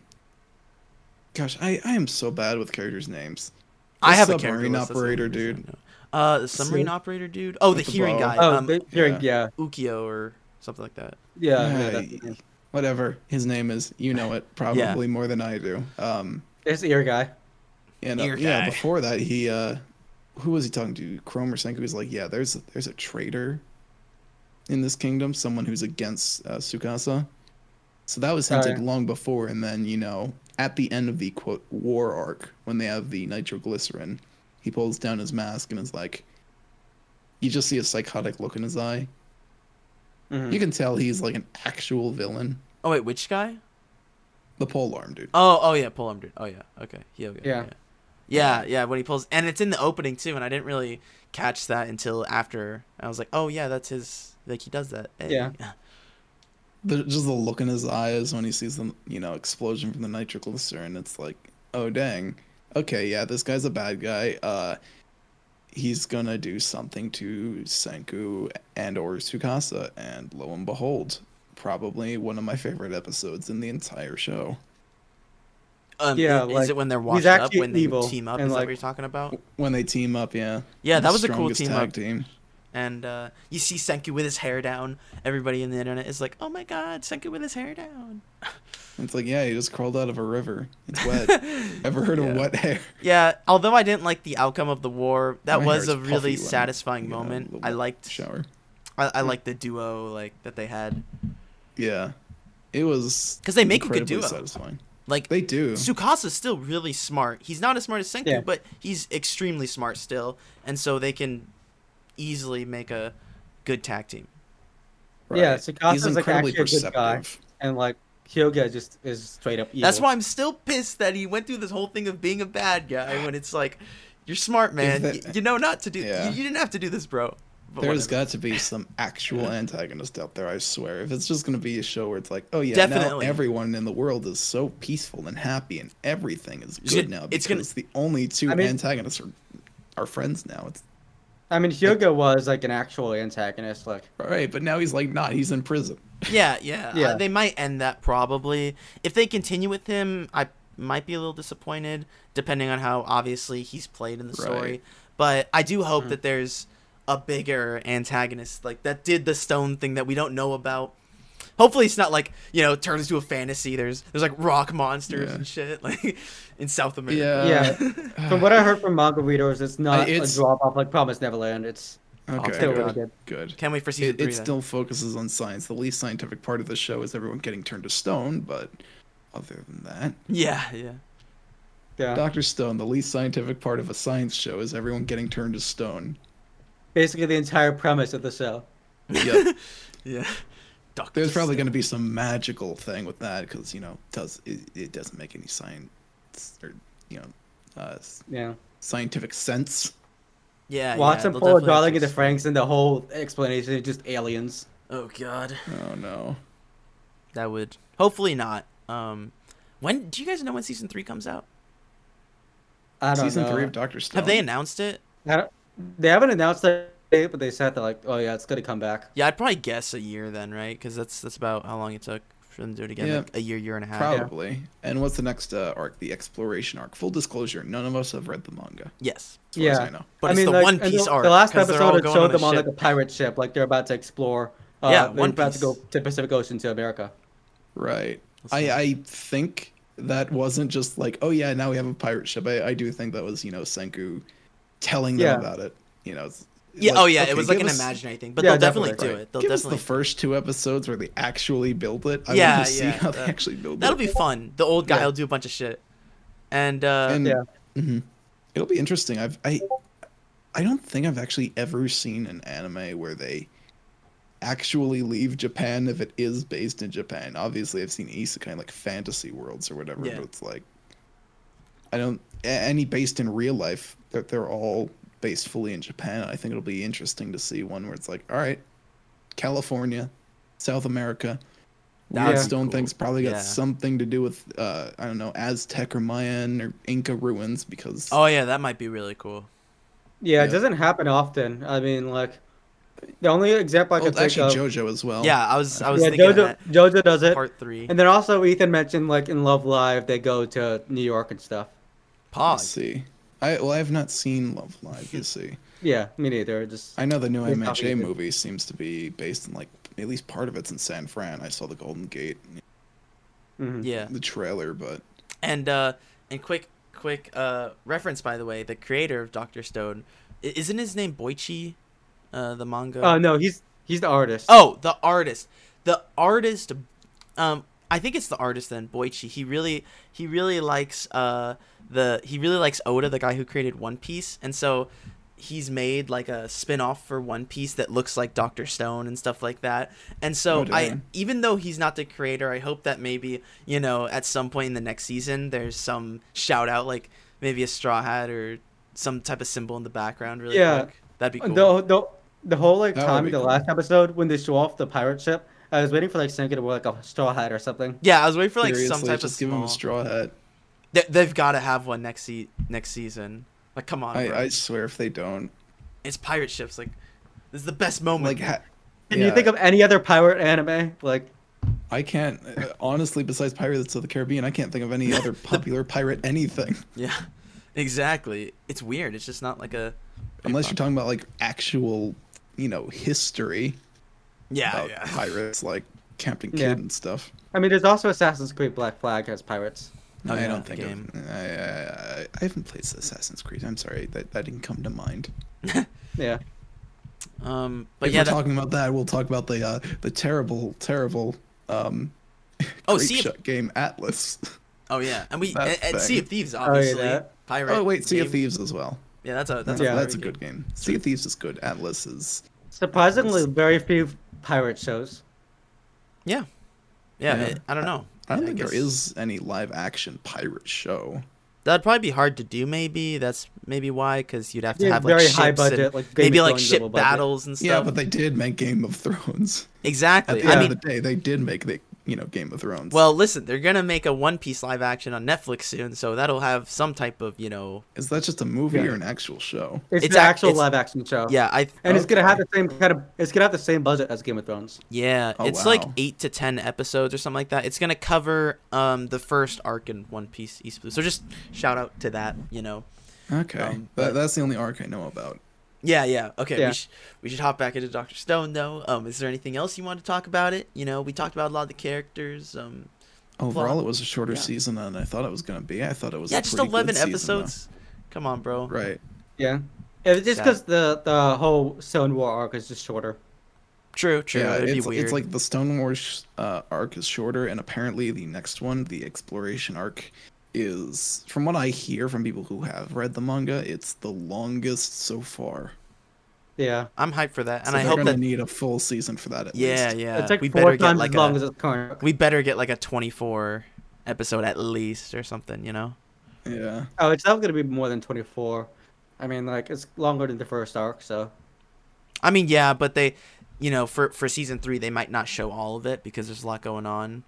Speaker 3: gosh, I I am so bad with characters' names.
Speaker 1: I
Speaker 3: The
Speaker 1: have a character list,
Speaker 3: submarine
Speaker 1: that's the only
Speaker 3: operator
Speaker 1: reason I
Speaker 3: dude.
Speaker 1: know. Uh the submarine operator dude. Oh, the
Speaker 3: With the
Speaker 1: hearing
Speaker 3: bow.
Speaker 1: guy.
Speaker 2: Oh,
Speaker 1: um
Speaker 2: the- hearing, yeah.
Speaker 1: Ukio or something like that.
Speaker 2: Yeah, yeah,
Speaker 3: Yeah,
Speaker 2: that's
Speaker 3: y-
Speaker 2: the name.
Speaker 3: Whatever his name is, you know it probably more than I do. Um,
Speaker 2: There's the ear guy.
Speaker 3: And uh,
Speaker 1: Ear
Speaker 3: yeah,
Speaker 1: guy.
Speaker 3: before that, he uh, who was he talking to? Chrome or Senku? He was like, yeah, there's there's a traitor in this kingdom, someone who's against uh, Sukasa. So that was hinted
Speaker 2: Alright.
Speaker 3: long before, and then you know, at the end of the quote war arc, when they have the nitroglycerin, he pulls down his mask and is like, you just see a psychotic look in his eye.
Speaker 2: Mhm.
Speaker 3: You can tell he's like an actual villain.
Speaker 1: Oh wait, which guy?
Speaker 3: The pole arm dude.
Speaker 1: Oh, oh yeah, pull him, dude. Oh yeah, okay, Hyoga.
Speaker 2: Yeah.
Speaker 1: yeah, yeah, yeah. When he pulls, and it's in the opening too, and I didn't really catch that until after. I was like, oh yeah, that's his. Like he does that. Hey.
Speaker 2: Yeah.
Speaker 3: the, just the look in his eyes when he sees the you know explosion from the nitroglycerin. It's like, oh dang, okay, yeah, this guy's a bad guy. Uh, he's gonna do something to Senku and or Tsukasa, and lo and behold, probably one of my favorite episodes in the entire show.
Speaker 1: Um, i-
Speaker 2: Yeah,
Speaker 1: is
Speaker 2: like,
Speaker 1: it when they're
Speaker 2: he's
Speaker 1: washed up
Speaker 2: actually
Speaker 1: when they
Speaker 2: evil
Speaker 1: team up? Is
Speaker 2: and,
Speaker 1: that what
Speaker 2: like-
Speaker 1: you're talking about?
Speaker 3: When they team up, yeah.
Speaker 1: Yeah,
Speaker 3: The
Speaker 1: that was a cool
Speaker 3: strongest
Speaker 1: team
Speaker 3: tag
Speaker 1: up.
Speaker 3: team.
Speaker 1: And uh, you see Senku with his hair down. Everybody in the internet is like, "Oh my God, Senku with his hair down."
Speaker 3: It's like, yeah, he just crawled out of a river. It's wet. Ever heard
Speaker 1: Yeah.
Speaker 3: of wet hair?
Speaker 1: Yeah, although I didn't like the outcome of the war, that
Speaker 3: My
Speaker 1: was
Speaker 3: hair's
Speaker 1: a
Speaker 3: puffy
Speaker 1: really
Speaker 3: when,
Speaker 1: satisfying
Speaker 3: you know,
Speaker 1: moment.
Speaker 3: the
Speaker 1: I liked,
Speaker 3: Shower.
Speaker 1: I, I liked the duo like that they had.
Speaker 3: Yeah, it was
Speaker 1: 'Cause they make a good
Speaker 3: incredibly
Speaker 1: duo.
Speaker 3: Satisfying.
Speaker 1: Like
Speaker 3: They do.
Speaker 1: Tsukasa's still really smart. He's not as smart as Senku,
Speaker 2: Yeah.
Speaker 1: but he's extremely smart still, and so they can easily make a good tag team.
Speaker 2: Yeah, Sakasa's like actually a good guy, and like Hyoga just is straight up evil.
Speaker 1: That's why I'm still pissed that he went through this whole thing of being a bad guy when it's like, you're smart, man. Y-
Speaker 3: that-
Speaker 1: you know not to do.
Speaker 3: Yeah.
Speaker 1: You, you didn't have to do this, bro. But
Speaker 3: There's
Speaker 1: whatever.
Speaker 3: got to be some actual antagonist out there, I swear. If it's just gonna be a show where it's like, oh yeah,
Speaker 1: Definitely.
Speaker 3: now everyone in the world is so peaceful and happy and everything is
Speaker 1: It's
Speaker 3: good
Speaker 1: gonna-
Speaker 3: now
Speaker 1: it's
Speaker 3: because
Speaker 1: gonna-
Speaker 3: the only two
Speaker 2: I mean-
Speaker 3: antagonists are are friends now. It's
Speaker 2: I mean, Hyoga was like an actual antagonist. Like,
Speaker 3: all right, but now he's like not. He's in prison.
Speaker 1: Yeah, yeah. Uh,
Speaker 2: Yeah.
Speaker 1: they might end that probably. If they continue with him, I might be a little disappointed, depending on how obviously he's played in the
Speaker 3: Right. Hmm.
Speaker 1: story. But I do hope that there's a bigger antagonist, like that did the stone thing that we don't know about. Hopefully it's not like, you know, turns into a fantasy. There's there's like rock monsters
Speaker 3: Yeah.
Speaker 1: and shit, like in South America.
Speaker 3: Yeah.
Speaker 2: yeah, from what I heard from manga readers, it's not
Speaker 3: it's-
Speaker 2: a drop off like Promise Neverland. It's
Speaker 3: Okay.
Speaker 2: still
Speaker 3: good.
Speaker 2: really good.
Speaker 3: good.
Speaker 1: Can't wait for season
Speaker 3: It,
Speaker 1: three.
Speaker 3: it
Speaker 1: then.
Speaker 3: still focuses on science. The least scientific part of the show is everyone getting turned to stone, but other than that,
Speaker 1: Yeah, yeah.
Speaker 2: Yeah,
Speaker 3: Doctor Stone, the least scientific part of a science show is everyone getting turned to stone.
Speaker 2: basically the entire premise of the show.
Speaker 3: Yep.
Speaker 1: Yeah. Doctor
Speaker 3: There's probably
Speaker 1: Stone.
Speaker 3: going to be some magical thing with that because you know does it, it doesn't make any science or you know uh, s-
Speaker 2: Yeah,
Speaker 3: scientific sense.
Speaker 1: Yeah.
Speaker 2: Watson
Speaker 1: yeah, they'll
Speaker 2: Paul
Speaker 1: definitely have
Speaker 2: darling
Speaker 1: to
Speaker 2: into Franks, and the whole explanation is just aliens.
Speaker 1: Oh god.
Speaker 3: Oh no,
Speaker 1: that would hopefully not. Um, when do you guys know when season three comes out?
Speaker 2: I don't
Speaker 3: season
Speaker 2: know.
Speaker 3: three of Doctor Stone.
Speaker 1: Have they announced it?
Speaker 2: I don't, they haven't announced the date, but they said that like, oh yeah, it's gonna come back.
Speaker 1: Yeah, I'd probably guess a year then, right? Because that's that's about how long it took for them to do it again.
Speaker 3: Yeah.
Speaker 1: Like a year, year and a half.
Speaker 3: Probably. And what's the next uh, arc? The exploration arc. Full disclosure: none of us have read the manga.
Speaker 1: Yes,
Speaker 3: As far as
Speaker 2: Yeah.
Speaker 3: I know.
Speaker 1: but
Speaker 2: I
Speaker 1: it's
Speaker 2: mean,
Speaker 1: the
Speaker 2: like,
Speaker 1: One
Speaker 2: and the-
Speaker 1: Piece
Speaker 2: the,
Speaker 1: arc.
Speaker 2: last
Speaker 1: 'cause they're all
Speaker 2: episode it
Speaker 1: going
Speaker 2: showed
Speaker 1: a
Speaker 2: them on
Speaker 1: ship.
Speaker 2: like a pirate ship, like they're about to explore. Uh,
Speaker 1: Yeah,
Speaker 2: they're
Speaker 1: One
Speaker 2: about to go
Speaker 1: Piece.
Speaker 2: to Pacific Ocean to America.
Speaker 3: Right.
Speaker 1: That's
Speaker 3: I
Speaker 1: fine.
Speaker 3: I think that wasn't just like oh yeah now we have a pirate ship. I, I do think that was you know Senku telling them
Speaker 2: Yeah.
Speaker 3: about it. You know. It's,
Speaker 1: yeah.
Speaker 3: like,
Speaker 1: oh yeah,
Speaker 3: okay,
Speaker 1: it was like
Speaker 3: give
Speaker 1: an
Speaker 3: us-
Speaker 1: imaginary thing, but
Speaker 2: Yeah,
Speaker 1: they'll definitely,
Speaker 2: definitely.
Speaker 1: do it. They'll
Speaker 3: Give
Speaker 1: definitely.
Speaker 3: us the first two episodes where they actually build it. I
Speaker 1: Yeah,
Speaker 3: want to see
Speaker 1: yeah,
Speaker 3: how they
Speaker 1: that-
Speaker 3: actually build
Speaker 1: That'll
Speaker 3: it.
Speaker 1: be fun. The old guy
Speaker 2: Yeah.
Speaker 1: will do a bunch of shit, and uh,
Speaker 3: and
Speaker 2: Yeah.
Speaker 3: mhm. it'll be interesting. I've I I don't think I've actually ever seen an anime where they actually leave Japan if it is based in Japan. Obviously, I've seen isekai like fantasy worlds or whatever,
Speaker 1: Yeah.
Speaker 3: but it's like I don't a- any based in real life. They're, they're all based fully in Japan. I think it'll be interesting to see one where it's like, all right, California, South America.
Speaker 1: That
Speaker 3: Weird
Speaker 2: would be
Speaker 3: stone
Speaker 1: cool.
Speaker 3: things probably got
Speaker 1: Yeah.
Speaker 3: something to do with uh, I don't know Aztec or Mayan or Inca ruins because
Speaker 1: oh yeah, that might be really cool.
Speaker 2: Yeah,
Speaker 3: Yeah.
Speaker 2: it doesn't happen often. I mean, like the only example I
Speaker 3: Well,
Speaker 2: could think
Speaker 3: actually
Speaker 2: of.
Speaker 3: JoJo as well.
Speaker 1: Yeah, I was I was
Speaker 2: Oh. yeah,
Speaker 1: thinking of
Speaker 2: Jojo,
Speaker 1: that
Speaker 2: Jojo does it,
Speaker 1: part three.
Speaker 2: and then also Ethan mentioned like in Love Live they go to New York and stuff.
Speaker 3: I
Speaker 1: Pause.
Speaker 3: see. I well, I have not seen Love Live. You see,
Speaker 2: Yeah, me neither. Just
Speaker 3: I know the new
Speaker 2: Yeah,
Speaker 3: MHA
Speaker 2: obviously.
Speaker 3: movie seems to be based in like at least part of it's in San Fran. I saw the Golden Gate,
Speaker 2: mhm.
Speaker 1: Yeah.
Speaker 3: the trailer, but
Speaker 1: And uh, and quick quick uh, reference by the way, the creator of Doctor Stone, i- isn't his name Boichi, uh, the manga?
Speaker 2: Oh no, he's he's the artist.
Speaker 1: oh, the artist, the artist. Um, I think it's the artist then Boichi. He really he really likes uh the he really likes Oda, the guy who created One Piece, and so he's made like a spin-off for One Piece that looks like Doctor Stone and stuff like that. And so
Speaker 3: Oh,
Speaker 1: I
Speaker 3: dang.
Speaker 1: even though he's not the creator, I hope that maybe, you know, at some point in the next season there's some shout out like maybe a straw hat or some type of symbol in the background really
Speaker 2: Yeah.
Speaker 3: Uh,
Speaker 1: quick. That'd be cool.
Speaker 2: The, the, the whole like
Speaker 3: That would
Speaker 2: time
Speaker 3: be
Speaker 2: in the
Speaker 3: cool.
Speaker 2: last episode when they show off the pirate ship, I was waiting for like Senku to wear like a straw hat or something.
Speaker 1: Yeah, I was waiting for like
Speaker 3: Seriously,
Speaker 1: some type
Speaker 3: just
Speaker 1: of
Speaker 3: give
Speaker 1: small.
Speaker 3: him a straw hat.
Speaker 1: They, they've got to have one next se- next season. Like, come on,
Speaker 3: I,
Speaker 1: bro.
Speaker 3: I swear if they don't,
Speaker 1: it's pirate ships. Like, this is the best moment.
Speaker 3: like, ha-
Speaker 2: Can you
Speaker 3: yeah,
Speaker 2: think of any other pirate anime? Like,
Speaker 3: I can't uh, honestly. Besides Pirates of the Caribbean, I can't think of any other popular pirate anything.
Speaker 1: yeah, exactly. It's weird. It's just not like a.
Speaker 3: Unless you're talking about like actual, you know, history
Speaker 1: Yeah,
Speaker 3: about
Speaker 1: yeah.
Speaker 3: pirates like Captain Kidd
Speaker 2: Yeah.
Speaker 3: and stuff.
Speaker 2: I mean, there's also Assassin's Creed Black Flag has pirates.
Speaker 1: Oh,
Speaker 3: I
Speaker 1: yeah,
Speaker 3: don't
Speaker 1: the
Speaker 3: think
Speaker 1: game.
Speaker 3: of, I, I, I- I haven't played Assassin's Creed. I'm sorry, that, that didn't come to mind.
Speaker 2: Yeah.
Speaker 1: Um, but
Speaker 3: if
Speaker 1: yeah,
Speaker 3: we're
Speaker 1: that-
Speaker 3: talking about that, we'll talk about the uh, the terrible, terrible um,
Speaker 1: Oh,
Speaker 3: grape
Speaker 1: Sea of-
Speaker 3: shot game Atlas.
Speaker 1: oh yeah, and we
Speaker 3: That
Speaker 1: at, at Sea
Speaker 3: thing.
Speaker 1: of Thieves,
Speaker 2: Oh, yeah,
Speaker 1: obviously.
Speaker 2: that.
Speaker 1: Pirate.
Speaker 3: oh wait, Sea of
Speaker 1: game.
Speaker 3: Thieves as well.
Speaker 1: Yeah, that's a that's
Speaker 3: yeah,
Speaker 1: a
Speaker 3: that's a
Speaker 1: pirate
Speaker 3: good game. Sea of Thieves is good. Atlas is
Speaker 2: Surprisingly, very few pirate shows.
Speaker 1: Yeah, yeah.
Speaker 3: Yeah.
Speaker 1: it- I don't know.
Speaker 3: I don't think there
Speaker 1: guess-
Speaker 3: is any live action pirate show.
Speaker 1: That'd probably be hard to do. Maybe that's maybe why, because you'd have to
Speaker 2: Yeah,
Speaker 1: have like
Speaker 2: very
Speaker 1: ships
Speaker 2: high
Speaker 1: and
Speaker 2: budget, like, Game
Speaker 1: maybe
Speaker 2: of
Speaker 1: like
Speaker 2: Thrones
Speaker 1: ship
Speaker 2: level budget.
Speaker 1: battles and stuff.
Speaker 3: Yeah, but they did make Game of Thrones. At
Speaker 1: exactly.
Speaker 3: the
Speaker 2: Yeah.
Speaker 1: I
Speaker 3: end
Speaker 1: mean,
Speaker 3: of the day, they did make the you know Game of Thrones.
Speaker 1: well, listen, they're gonna make a One Piece live action on Netflix soon, so that'll have some type of you know.
Speaker 3: is that just a movie
Speaker 2: Yeah.
Speaker 3: or an actual show?
Speaker 2: It's,
Speaker 1: It's
Speaker 2: an
Speaker 1: ac-
Speaker 2: actual
Speaker 1: it's-
Speaker 2: live action show.
Speaker 1: Yeah, I.
Speaker 2: And it's gonna
Speaker 3: Okay.
Speaker 2: have the same kind of. It's gonna have the same budget as Game of Thrones.
Speaker 1: Yeah,
Speaker 3: Oh,
Speaker 1: it's like
Speaker 3: wow.
Speaker 1: eight to ten episodes or something like that. It's gonna cover um the first arc in One Piece East Blue. So just shout out to that, you know.
Speaker 3: Okay,
Speaker 1: Um, but-
Speaker 3: that, that's the only arc I know about.
Speaker 1: Yeah, yeah. Okay,
Speaker 2: Yeah.
Speaker 1: We, sh- we should hop back into Doctor Stone though. Um, is there anything else you want to talk about it? You know, we talked about a lot of the characters. Um,
Speaker 3: Overall, it was a shorter
Speaker 1: yeah.
Speaker 3: season than I thought it was going to be. I thought it was
Speaker 1: yeah,
Speaker 3: a
Speaker 1: just
Speaker 3: pretty good
Speaker 1: eleven
Speaker 3: season,
Speaker 1: episodes. Come on, bro.
Speaker 3: though. Right.
Speaker 2: Yeah. It's just
Speaker 1: Yeah.
Speaker 2: because the the whole Stone War arc is just shorter.
Speaker 1: True, true.
Speaker 3: yeah,
Speaker 1: It'd
Speaker 3: it's,
Speaker 1: be weird.
Speaker 3: it's like the Stone Wars uh, arc is shorter, and apparently the next one, the exploration arc, is from what I hear from people who have read the manga, it's the longest so far.
Speaker 2: Yeah.
Speaker 1: I'm hyped for that, and
Speaker 3: So
Speaker 1: I
Speaker 3: they're
Speaker 1: hope
Speaker 3: gonna
Speaker 1: that.
Speaker 3: need a full season for that. At
Speaker 1: Yeah,
Speaker 3: least.
Speaker 1: yeah.
Speaker 2: it's like
Speaker 1: we
Speaker 2: four
Speaker 1: better get
Speaker 2: times
Speaker 1: like
Speaker 2: as long
Speaker 1: a.
Speaker 2: as its current. arc.
Speaker 1: we better get like a twenty-four episode at least or something. You know.
Speaker 3: yeah.
Speaker 2: Oh, it's not gonna be more than twenty four. I mean, like it's longer than the first arc, so
Speaker 1: I mean, yeah, but they, you know, for for season three, they might not show all of it because there's a lot going on,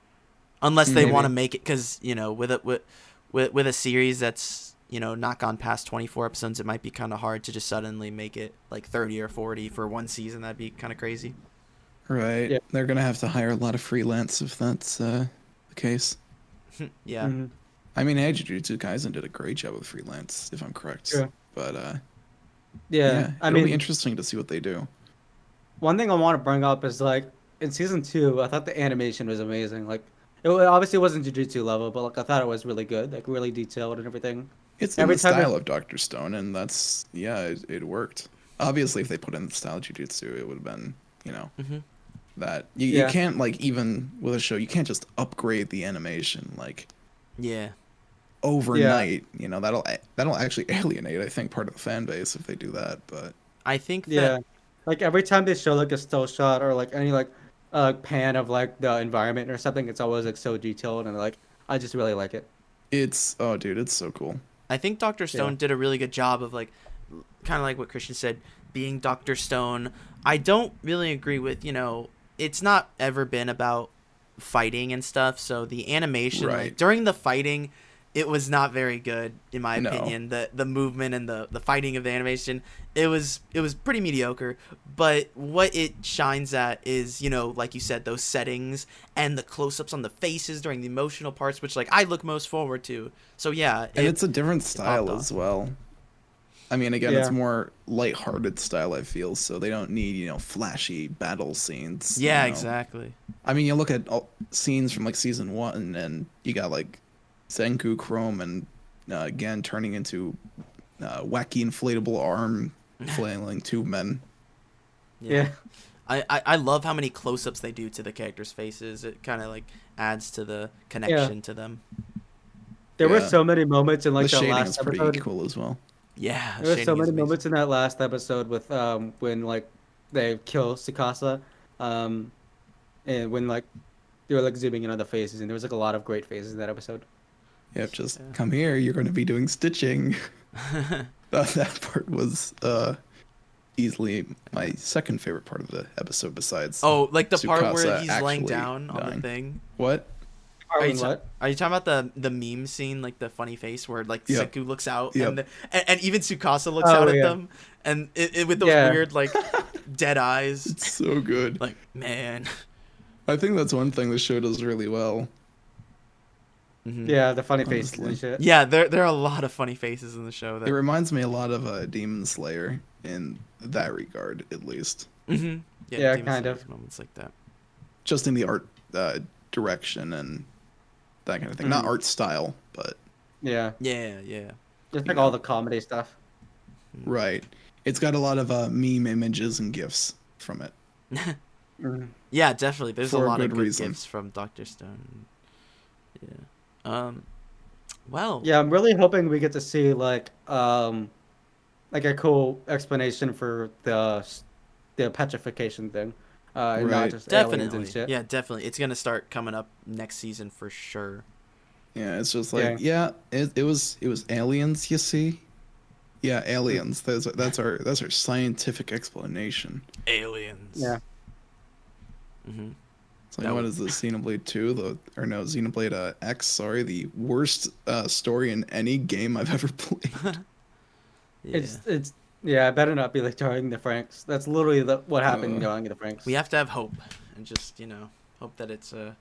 Speaker 1: unless they
Speaker 2: Maybe.
Speaker 1: want to make it. Because you know, with a with, with with a series that's you know not gone past 24 episodes, it might be kind of hard to just suddenly make it like 30 or 40 for one season. That'd be kind of crazy.
Speaker 3: Right.
Speaker 2: Yeah.
Speaker 3: They're gonna have to hire a lot of freelance if that's uh, the case.
Speaker 1: yeah.
Speaker 2: mhm.
Speaker 3: I mean, hey, Jujutsu Kaisen did a great job with freelance, if I'm correct.
Speaker 2: Sure.
Speaker 3: But uh,
Speaker 2: yeah. I
Speaker 3: it'll
Speaker 2: mean,
Speaker 3: be interesting to see what they do.
Speaker 2: one thing I want to bring up is like in season two, I thought the animation was amazing. Like it wa- obviously wasn't Jujutsu level, but like I thought it was really good, like really detailed and everything.
Speaker 3: It's
Speaker 2: Every
Speaker 3: in the
Speaker 2: time I-
Speaker 3: style of Doctor Stone, and that's yeah, it, it worked. Obviously, if they put in the style of Jujutsu, it would have been you know
Speaker 1: Mhm.
Speaker 3: that you,
Speaker 2: Yeah.
Speaker 3: you can't like even with a show, you can't just upgrade the animation like
Speaker 1: Yeah.
Speaker 3: overnight. You know that'll that'll actually alienate I think part of the fan base if they do that. But
Speaker 1: I think that.
Speaker 2: Yeah. Like every time they show like a still shot or like any like uh, pan of like the environment or something, it's always like so detailed and like I just really like it.
Speaker 3: it's oh dude, it's so cool.
Speaker 1: I think Doctor Stone did a really good job of like, kind of like what Christian said, being Doctor Stone. I don't really agree with you know it's not ever been about fighting and stuff. So the animation like
Speaker 3: Right.
Speaker 1: during the fighting, it was not very good in my
Speaker 3: No.
Speaker 1: opinion. The the movement and the the fighting of the animation, it was it was pretty mediocre. But what it shines at is you know like you said those settings and the close ups on the faces during the emotional parts, which like I look most forward to. So yeah,
Speaker 3: and
Speaker 1: it-
Speaker 3: it's a different style
Speaker 1: off.
Speaker 3: as well. I mean, again, it's
Speaker 2: Yeah.
Speaker 3: more lighthearted style. I feel so they don't need you know flashy battle scenes. you
Speaker 1: Yeah,
Speaker 3: know?
Speaker 1: exactly.
Speaker 3: I mean, you look at all, scenes from like season one, and you got like Senku, Chrome, and uh, again turning into uh, wacky inflatable arm flailing tube men.
Speaker 2: Yeah.
Speaker 1: I, I, I love how many close ups they do to the characters' faces. It kind of like adds to the connection to them.
Speaker 2: There were
Speaker 3: Yeah.
Speaker 2: so many moments in like
Speaker 3: the
Speaker 2: the
Speaker 3: shading
Speaker 2: last
Speaker 3: is pretty
Speaker 2: episode.
Speaker 3: cool as well.
Speaker 1: Yeah.
Speaker 2: There were
Speaker 1: shading
Speaker 2: so
Speaker 1: is
Speaker 2: many
Speaker 1: amazing.
Speaker 2: moments in that last episode with um when like they kill Sakasa, um, and when like they were like zooming in on the faces, and there was like a lot of great faces in that episode.
Speaker 3: Yep, just
Speaker 1: Yeah.
Speaker 3: come here. You're going to be doing stitching. that, that part was uh, easily my second favorite part of the episode besides
Speaker 1: Oh, like the part where
Speaker 3: Tsukasa
Speaker 1: he's laying
Speaker 3: actually
Speaker 1: down on the
Speaker 3: dying.
Speaker 1: thing.
Speaker 3: what?
Speaker 1: Are
Speaker 2: Are
Speaker 1: you,
Speaker 2: you
Speaker 1: ta-
Speaker 2: what?
Speaker 1: are you talking about the the meme scene, like the funny face where like
Speaker 3: Yep.
Speaker 1: Seku looks out
Speaker 3: Yep.
Speaker 1: and, the, and and even Tsukasa looks
Speaker 2: Oh,
Speaker 1: out at
Speaker 2: yeah.
Speaker 1: them and it, it, with those
Speaker 2: Yeah.
Speaker 1: weird like dead eyes,
Speaker 3: It's so good.
Speaker 1: like man.
Speaker 3: I think that's one thing the show does really well.
Speaker 1: Mhm.
Speaker 2: Yeah, the funny faces
Speaker 3: Honestly.
Speaker 2: and shit.
Speaker 1: yeah. There there are a lot of funny faces in the show.
Speaker 3: It
Speaker 1: That
Speaker 3: reminds me a lot of uh, Demon Slayer in that regard, at least,
Speaker 1: Mhm.
Speaker 2: Yeah,
Speaker 1: Demon
Speaker 2: kind
Speaker 1: Slayer
Speaker 2: of.
Speaker 1: has moments like that.
Speaker 3: just in the art uh, direction and that kind of thing. Not
Speaker 1: Mm.
Speaker 2: Mhm.
Speaker 3: art style, but
Speaker 2: Yeah,
Speaker 1: Yeah, yeah.
Speaker 2: just like all the comedy stuff.
Speaker 1: Mm.
Speaker 3: right. It's got a lot of uh, meme images and gifs from it.
Speaker 2: Mm.
Speaker 1: Yeah, definitely. There's
Speaker 3: For
Speaker 1: a
Speaker 3: a
Speaker 1: lot of
Speaker 3: good
Speaker 1: good
Speaker 3: reason.
Speaker 1: gifts from Doctor Stone. Yeah. Um. Well.
Speaker 2: Yeah, I'm really hoping we get to see like um, like a cool explanation for the s- the petrification thing, uh, and
Speaker 3: Right.
Speaker 2: not just aliens
Speaker 1: Definitely.
Speaker 2: and shit.
Speaker 1: Yeah, definitely. It's gonna start coming up next season for sure.
Speaker 3: Yeah, it's just like yeah, it, it was it was aliens, you see. Yeah, aliens. That's that's our that's our scientific explanation.
Speaker 1: Aliens.
Speaker 2: Yeah.
Speaker 1: hmm
Speaker 3: So
Speaker 1: That
Speaker 3: what
Speaker 1: would-
Speaker 3: is this Xenoblade 2 the or no Xenoblade uh, X sorry the worst uh, story in any game I've ever played.
Speaker 1: Yeah.
Speaker 2: It's it's yeah. I better not be like targeting the Franks. That's literally the, what happened
Speaker 3: Uh,
Speaker 2: going to the Franks.
Speaker 1: We have to have hope and just you know hope that it's a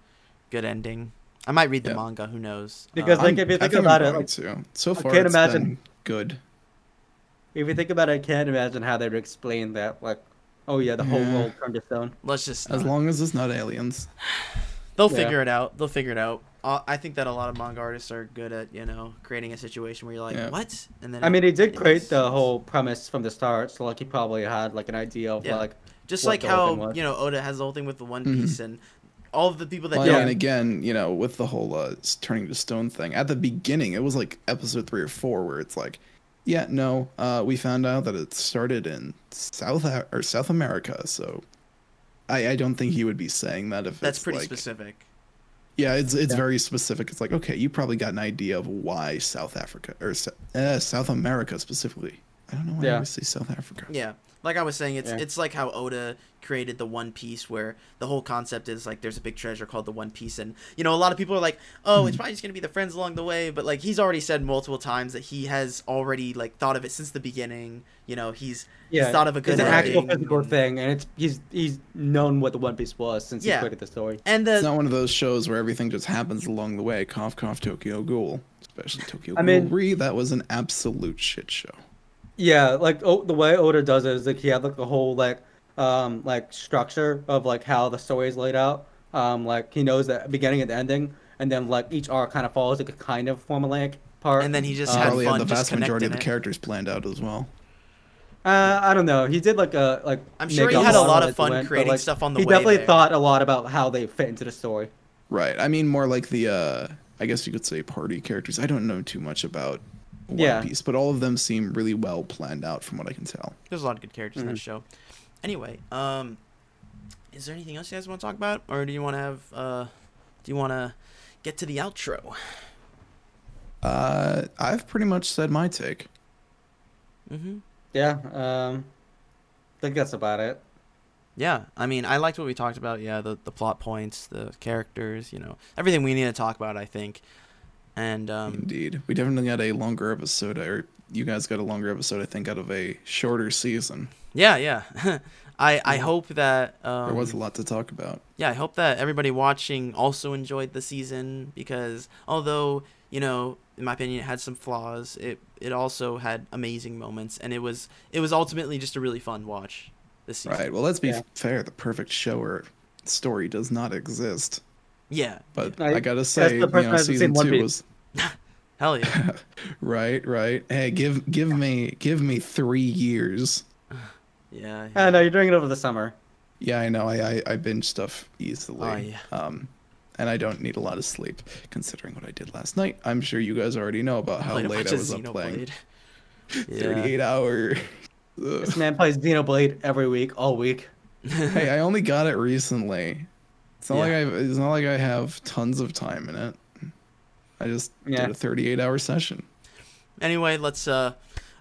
Speaker 1: good ending. I might read the
Speaker 3: Yeah.
Speaker 1: manga. Who knows?
Speaker 2: Because,
Speaker 1: Um,
Speaker 2: like, if you
Speaker 3: I
Speaker 2: think about
Speaker 3: I'm
Speaker 2: it,
Speaker 3: going
Speaker 2: like,
Speaker 3: to. so
Speaker 2: I
Speaker 3: far
Speaker 2: can't
Speaker 3: it's
Speaker 2: imagine-
Speaker 3: been good.
Speaker 2: If you think about it, I can't imagine how they'd explain that. Like, oh yeah, the whole
Speaker 3: Yeah.
Speaker 2: world turned to stone.
Speaker 1: let's just
Speaker 2: Uh-huh.
Speaker 3: As long as it's not aliens.
Speaker 1: they'll
Speaker 2: Yeah.
Speaker 1: figure it out. They'll figure it out. Uh, I think that a lot of manga artists are good at you know creating a situation where you're like
Speaker 3: Yeah.
Speaker 1: what, and then
Speaker 2: I
Speaker 1: it-
Speaker 2: mean, he did
Speaker 1: it
Speaker 2: create
Speaker 1: makes
Speaker 2: the
Speaker 1: sense.
Speaker 2: whole premise from the start, so like he probably had like an idea of
Speaker 1: Yeah.
Speaker 2: like
Speaker 1: just
Speaker 2: what
Speaker 1: like
Speaker 2: the whole thing
Speaker 1: how
Speaker 2: was. Mm-hmm.
Speaker 1: you know Oda has the whole thing with the One
Speaker 3: Mhm.
Speaker 1: Piece and all of the people that
Speaker 3: Well,
Speaker 1: don't
Speaker 3: And again, you know, with the whole uh, s- turning to stone thing at the beginning, it was like episode three or four where it's like, yeah, no, uh, we found out that it started in South A- or South America, so. I, I don't think he would be saying that if
Speaker 1: that's
Speaker 3: it's,
Speaker 1: pretty
Speaker 3: like,
Speaker 1: specific.
Speaker 3: Yeah, it's it's
Speaker 2: Yeah.
Speaker 3: very specific. It's like okay, you probably got an idea of why South Africa or S- uh, South America specifically. I don't know why I
Speaker 2: Yeah.
Speaker 3: always say South Africa.
Speaker 1: Yeah. Like I was saying, it's
Speaker 2: Yeah.
Speaker 1: it's like how Oda created the One Piece, where the whole concept is like there's a big treasure called the One Piece, and you know a lot of people are like, oh,
Speaker 2: Hmm.
Speaker 1: it's probably just gonna be the friends along the way, but like he's already said multiple times that he has already like thought of it since the beginning. You know, he's
Speaker 2: yeah,
Speaker 1: thought of a good
Speaker 2: it's an actual
Speaker 1: ending.
Speaker 2: physical thing, and it's he's he's known what the One Piece was since
Speaker 1: Yeah.
Speaker 2: he created the story.
Speaker 1: and the
Speaker 3: It's not one of those shows where everything just happens along the way. Cough, cough, Tokyo Ghoul, especially Tokyo
Speaker 2: I
Speaker 3: Ghoul
Speaker 2: mean-
Speaker 3: Re. That was an absolute shit show.
Speaker 2: Yeah, like oh, the way Oda does it is like he had like a whole like um like structure of like how the story is laid out. Um, like he knows the beginning and the ending, and then like each arc kind of follows like a kind of formulaic part.
Speaker 1: And then he just
Speaker 2: um,
Speaker 1: had
Speaker 3: Probably
Speaker 1: fun
Speaker 3: had the
Speaker 1: just
Speaker 3: vast majority of the
Speaker 1: connecting it.
Speaker 3: characters planned out as well.
Speaker 2: Uh, I don't know. He did like a like.
Speaker 1: I'm sure
Speaker 2: make
Speaker 1: he
Speaker 2: up
Speaker 1: had a
Speaker 2: lot
Speaker 1: lot of
Speaker 2: of it
Speaker 1: fun
Speaker 2: went, but,
Speaker 1: creating
Speaker 2: like,
Speaker 1: stuff on the
Speaker 2: He
Speaker 1: way
Speaker 2: definitely
Speaker 1: there.
Speaker 2: thought a lot about how they fit into the story.
Speaker 3: Right. I mean, more like the, uh, I guess you could say party characters. I don't know too much about One
Speaker 2: Yeah.
Speaker 3: Piece, but all of them seem really well planned out from what I can tell.
Speaker 1: there's a lot of good characters
Speaker 2: Mm-hmm.
Speaker 1: in that show. Anyway, um, is there anything else you guys want to talk about, or do you want to have uh, do you want to get to the outro?
Speaker 3: Uh, I've pretty much said my take.
Speaker 1: Mm-hmm.
Speaker 2: Yeah. Um, I think that's about it.
Speaker 1: Yeah, I mean, I liked what we talked about. Yeah, the the plot points, the characters, you know, everything we need to talk about. I think, and um,
Speaker 3: Indeed. We definitely got a longer episode, or you guys got a longer episode, I think, out of a shorter season.
Speaker 1: yeah, yeah. I I hope that um,
Speaker 3: There was a lot to talk about.
Speaker 1: yeah, I hope that everybody watching also enjoyed the season because although you know, in my opinion, it had some flaws, it it also had amazing moments, and it was it was ultimately just a really fun watch this season.
Speaker 3: Right. Well, let's be
Speaker 2: Yeah.
Speaker 3: fair. The perfect show or story does not exist.
Speaker 1: Yeah.
Speaker 3: But
Speaker 2: I-
Speaker 3: I, gotta
Speaker 2: that's
Speaker 3: say,
Speaker 2: the
Speaker 3: you
Speaker 2: person
Speaker 3: know,
Speaker 2: that hasn't
Speaker 3: season
Speaker 2: seen One
Speaker 3: two
Speaker 2: Piece.
Speaker 3: was
Speaker 1: Hell yeah.
Speaker 3: right, right. Hey, give give me give me three years.
Speaker 1: Yeah.
Speaker 2: I
Speaker 1: yeah.
Speaker 2: know Uh, you're doing it over the summer.
Speaker 3: Yeah, I know. I I, I binge stuff easily.
Speaker 1: Oh, yeah.
Speaker 3: Um, and I don't need a lot of sleep considering what I did last night. I'm sure you guys already know about how
Speaker 1: Played a
Speaker 3: late
Speaker 1: bunch
Speaker 3: I
Speaker 1: of
Speaker 3: was up playing.
Speaker 1: Xenoblade. Yeah.
Speaker 3: 38 hours. Ugh.
Speaker 2: This man plays Xenoblade every week, all week.
Speaker 3: hey, I only got it recently. It's not like
Speaker 1: Yeah.
Speaker 3: I it's not like I have tons of time in it. I just
Speaker 2: Yeah.
Speaker 3: did a 38 hour session.
Speaker 1: Anyway, let's uh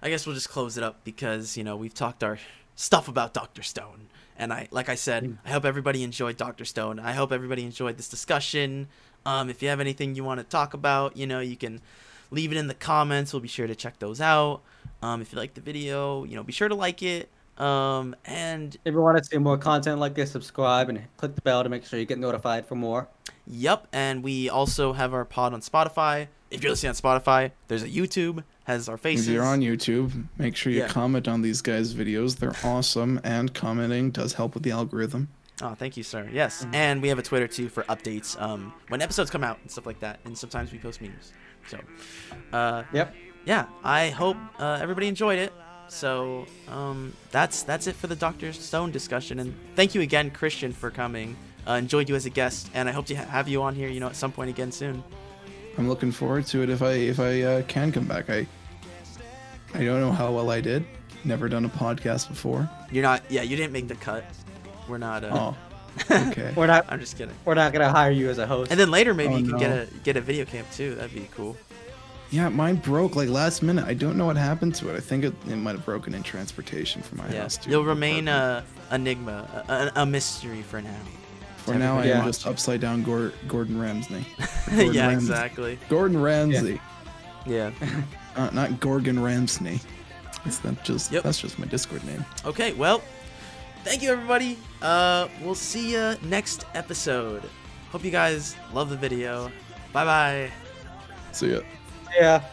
Speaker 1: I guess we'll just close it up because, you know, we've talked our stuff about Doctor Stone. And I, like I
Speaker 3: Mm.
Speaker 1: said, I hope everybody enjoyed Doctor Stone. I hope everybody enjoyed this discussion. Um, if you have anything you want to talk about, you know, you can leave it in the comments. We'll be sure to check those out. Um, if you like the video, you know, be sure to like it. Um, and
Speaker 2: If you want to see more content like this, subscribe and click the bell to make sure you get notified for more.
Speaker 1: Yep, and we also have our pod on Spotify. If you're listening on Spotify, there's a YouTube has our faces.
Speaker 3: If you're on YouTube, make sure you
Speaker 1: Yeah.
Speaker 3: comment on these guys' videos. They're awesome, and commenting does help with the algorithm.
Speaker 1: Oh, thank you, sir. Yes, and we have a Twitter too for updates um, when episodes come out and stuff like that. And sometimes we post memes. So, uh,
Speaker 2: Yep.
Speaker 1: yeah, I hope uh, everybody enjoyed it. So um, that's that's it for the Doctor Stone discussion. And thank you again, Christian, for coming. Uh, enjoyed you as a guest, and I hope to ha- have you on here, you know, at some point again soon.
Speaker 3: I'm looking forward to it if I if I uh, can come back. I I don't know how well I did. Never done a podcast before.
Speaker 1: You're not, yeah, you didn't make the cut. We're not. Uh,
Speaker 3: Oh, okay.
Speaker 2: We're not
Speaker 1: I'm just kidding.
Speaker 2: we're not gonna hire you as a host.
Speaker 1: And then later, maybe
Speaker 3: Oh,
Speaker 1: you can
Speaker 3: no.
Speaker 1: get a get a video camp too. That'd be cool.
Speaker 3: Yeah, mine broke like last minute. I don't know what happened to it. I think it, it might have broken in transportation from my
Speaker 1: Yeah,
Speaker 3: house. to
Speaker 1: you'll
Speaker 3: the
Speaker 1: remain uh,
Speaker 3: apartment.
Speaker 1: a enigma, a, a, a mystery for now.
Speaker 3: For now, I
Speaker 2: Yeah.
Speaker 3: am just upside down Gor- Gordon Ramsay. Gordon
Speaker 1: yeah,
Speaker 3: Ramsay.
Speaker 1: exactly.
Speaker 3: Gordon Ramsay,
Speaker 1: Yeah.
Speaker 3: uh, not Gorgon Ramsay. It's not just
Speaker 1: Yep.
Speaker 3: that's just my Discord name.
Speaker 1: Okay. Well, thank you everybody. Uh, we'll see you next episode. Hope you guys love the video. Bye bye.
Speaker 3: See ya.
Speaker 2: yeah.